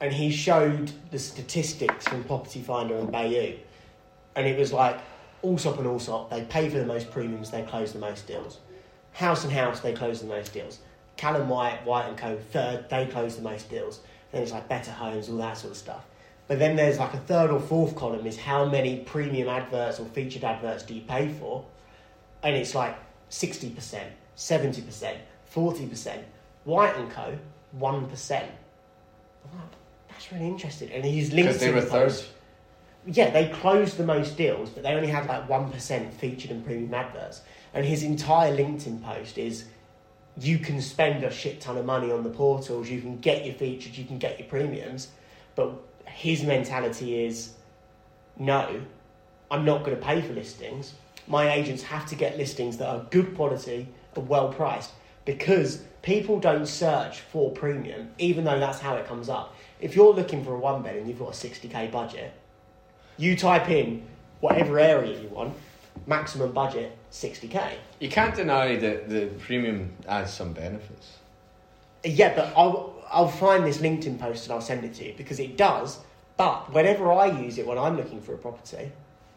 S2: and he showed the statistics from Property Finder and Bayou, and it was like Allsop and Allsop, they pay for the most premiums, they close the most deals. House and House, they close the most deals. Callum White, White and Co, third, they close the most deals. Then it's like Better Homes, all that sort of stuff. But then there's like a third or fourth column is how many premium adverts or featured adverts do you pay for? and it's like 60%, 70%, 40%. White and Co, 1%. I'm like, that's really interesting. And he's linked
S1: because they were third.
S2: post. Yeah, they closed the most deals, but they only had like 1% featured and premium adverts. And his entire LinkedIn post is you can spend a shit ton of money on the portals, you can get your features, you can get your premiums, but his mentality is no, I'm not going to pay for listings. My agents have to get listings that are good quality and well priced because people don't search for premium, even though that's how it comes up. If you're looking for a one bed and you've got a 60k budget, you type in whatever area you want, maximum budget 60k.
S1: You can't deny that the premium adds some benefits.
S2: Yeah, but I'll I'll find this LinkedIn post and I'll send it to you because it does. But whenever I use it when I'm looking for a property,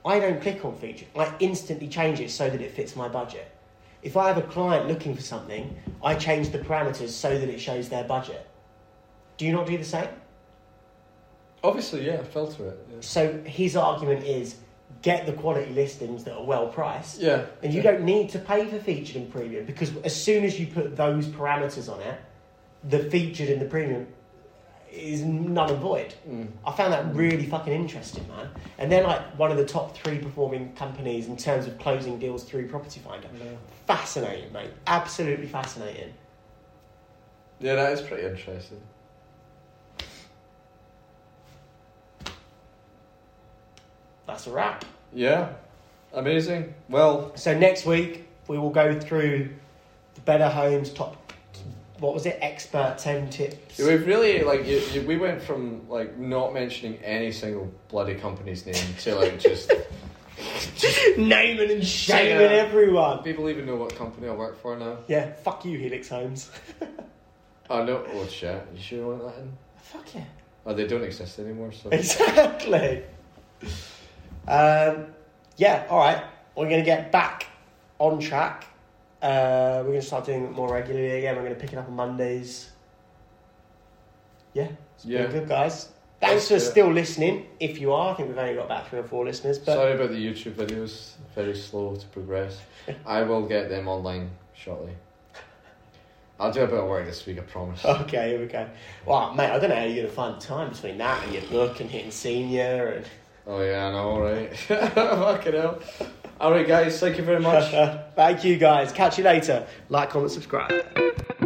S2: I don't click on feature. I instantly change it so that it fits my budget. If I have a client looking for something, I change the parameters so that it shows their budget. Do you not do the same?
S1: Obviously, yeah, filter it. yeah.
S2: So his argument is get the quality listings that are well priced.
S1: Yeah.
S2: And you don't need to pay for featured and premium because as soon as you put those parameters on it, the featured and the premium is null and void.
S1: Mm.
S2: I found that really fucking interesting, man. And they're like one of the top three performing companies in terms of closing deals through Property Finder. Fascinating, mate. Absolutely fascinating.
S1: Yeah, that is pretty interesting.
S2: That's a wrap.
S1: Yeah, amazing. Well,
S2: So next week we will go through the Better Homes top. What was it? Expert ten tips.
S1: we've really like you, you, we went from like not mentioning any single bloody company's name to like just
S2: Naming and shaming
S1: Yeah.
S2: everyone.
S1: people even know what company I work for now.
S2: Yeah, fuck you, Helix Homes.
S1: Oh no! Oh shit! You sure you want that in?
S2: fuck yeah.
S1: Oh, they don't exist anymore. So
S2: Exactly. Um, yeah, all right. We're going to get back on track. Uh, we're going to start doing it more regularly again. We're going to pick it up on Mondays. Yeah, it's
S1: Yeah.
S2: been good, guys. Thanks for
S1: Let's do it.
S2: still listening. If you are, I think we've only got about three or four listeners, but
S1: Sorry about the YouTube videos. Very slow to progress. I will get them online shortly. I'll do a bit of work this week, I promise.
S2: okay, here we go. Well, mate, I don't know how you're going to find time between that and your book and hitting senior and.
S1: Oh yeah, I know, right? Fucking hell. Alright guys, thank you very much.
S2: Thank you guys. Catch you later. Like, comment, subscribe.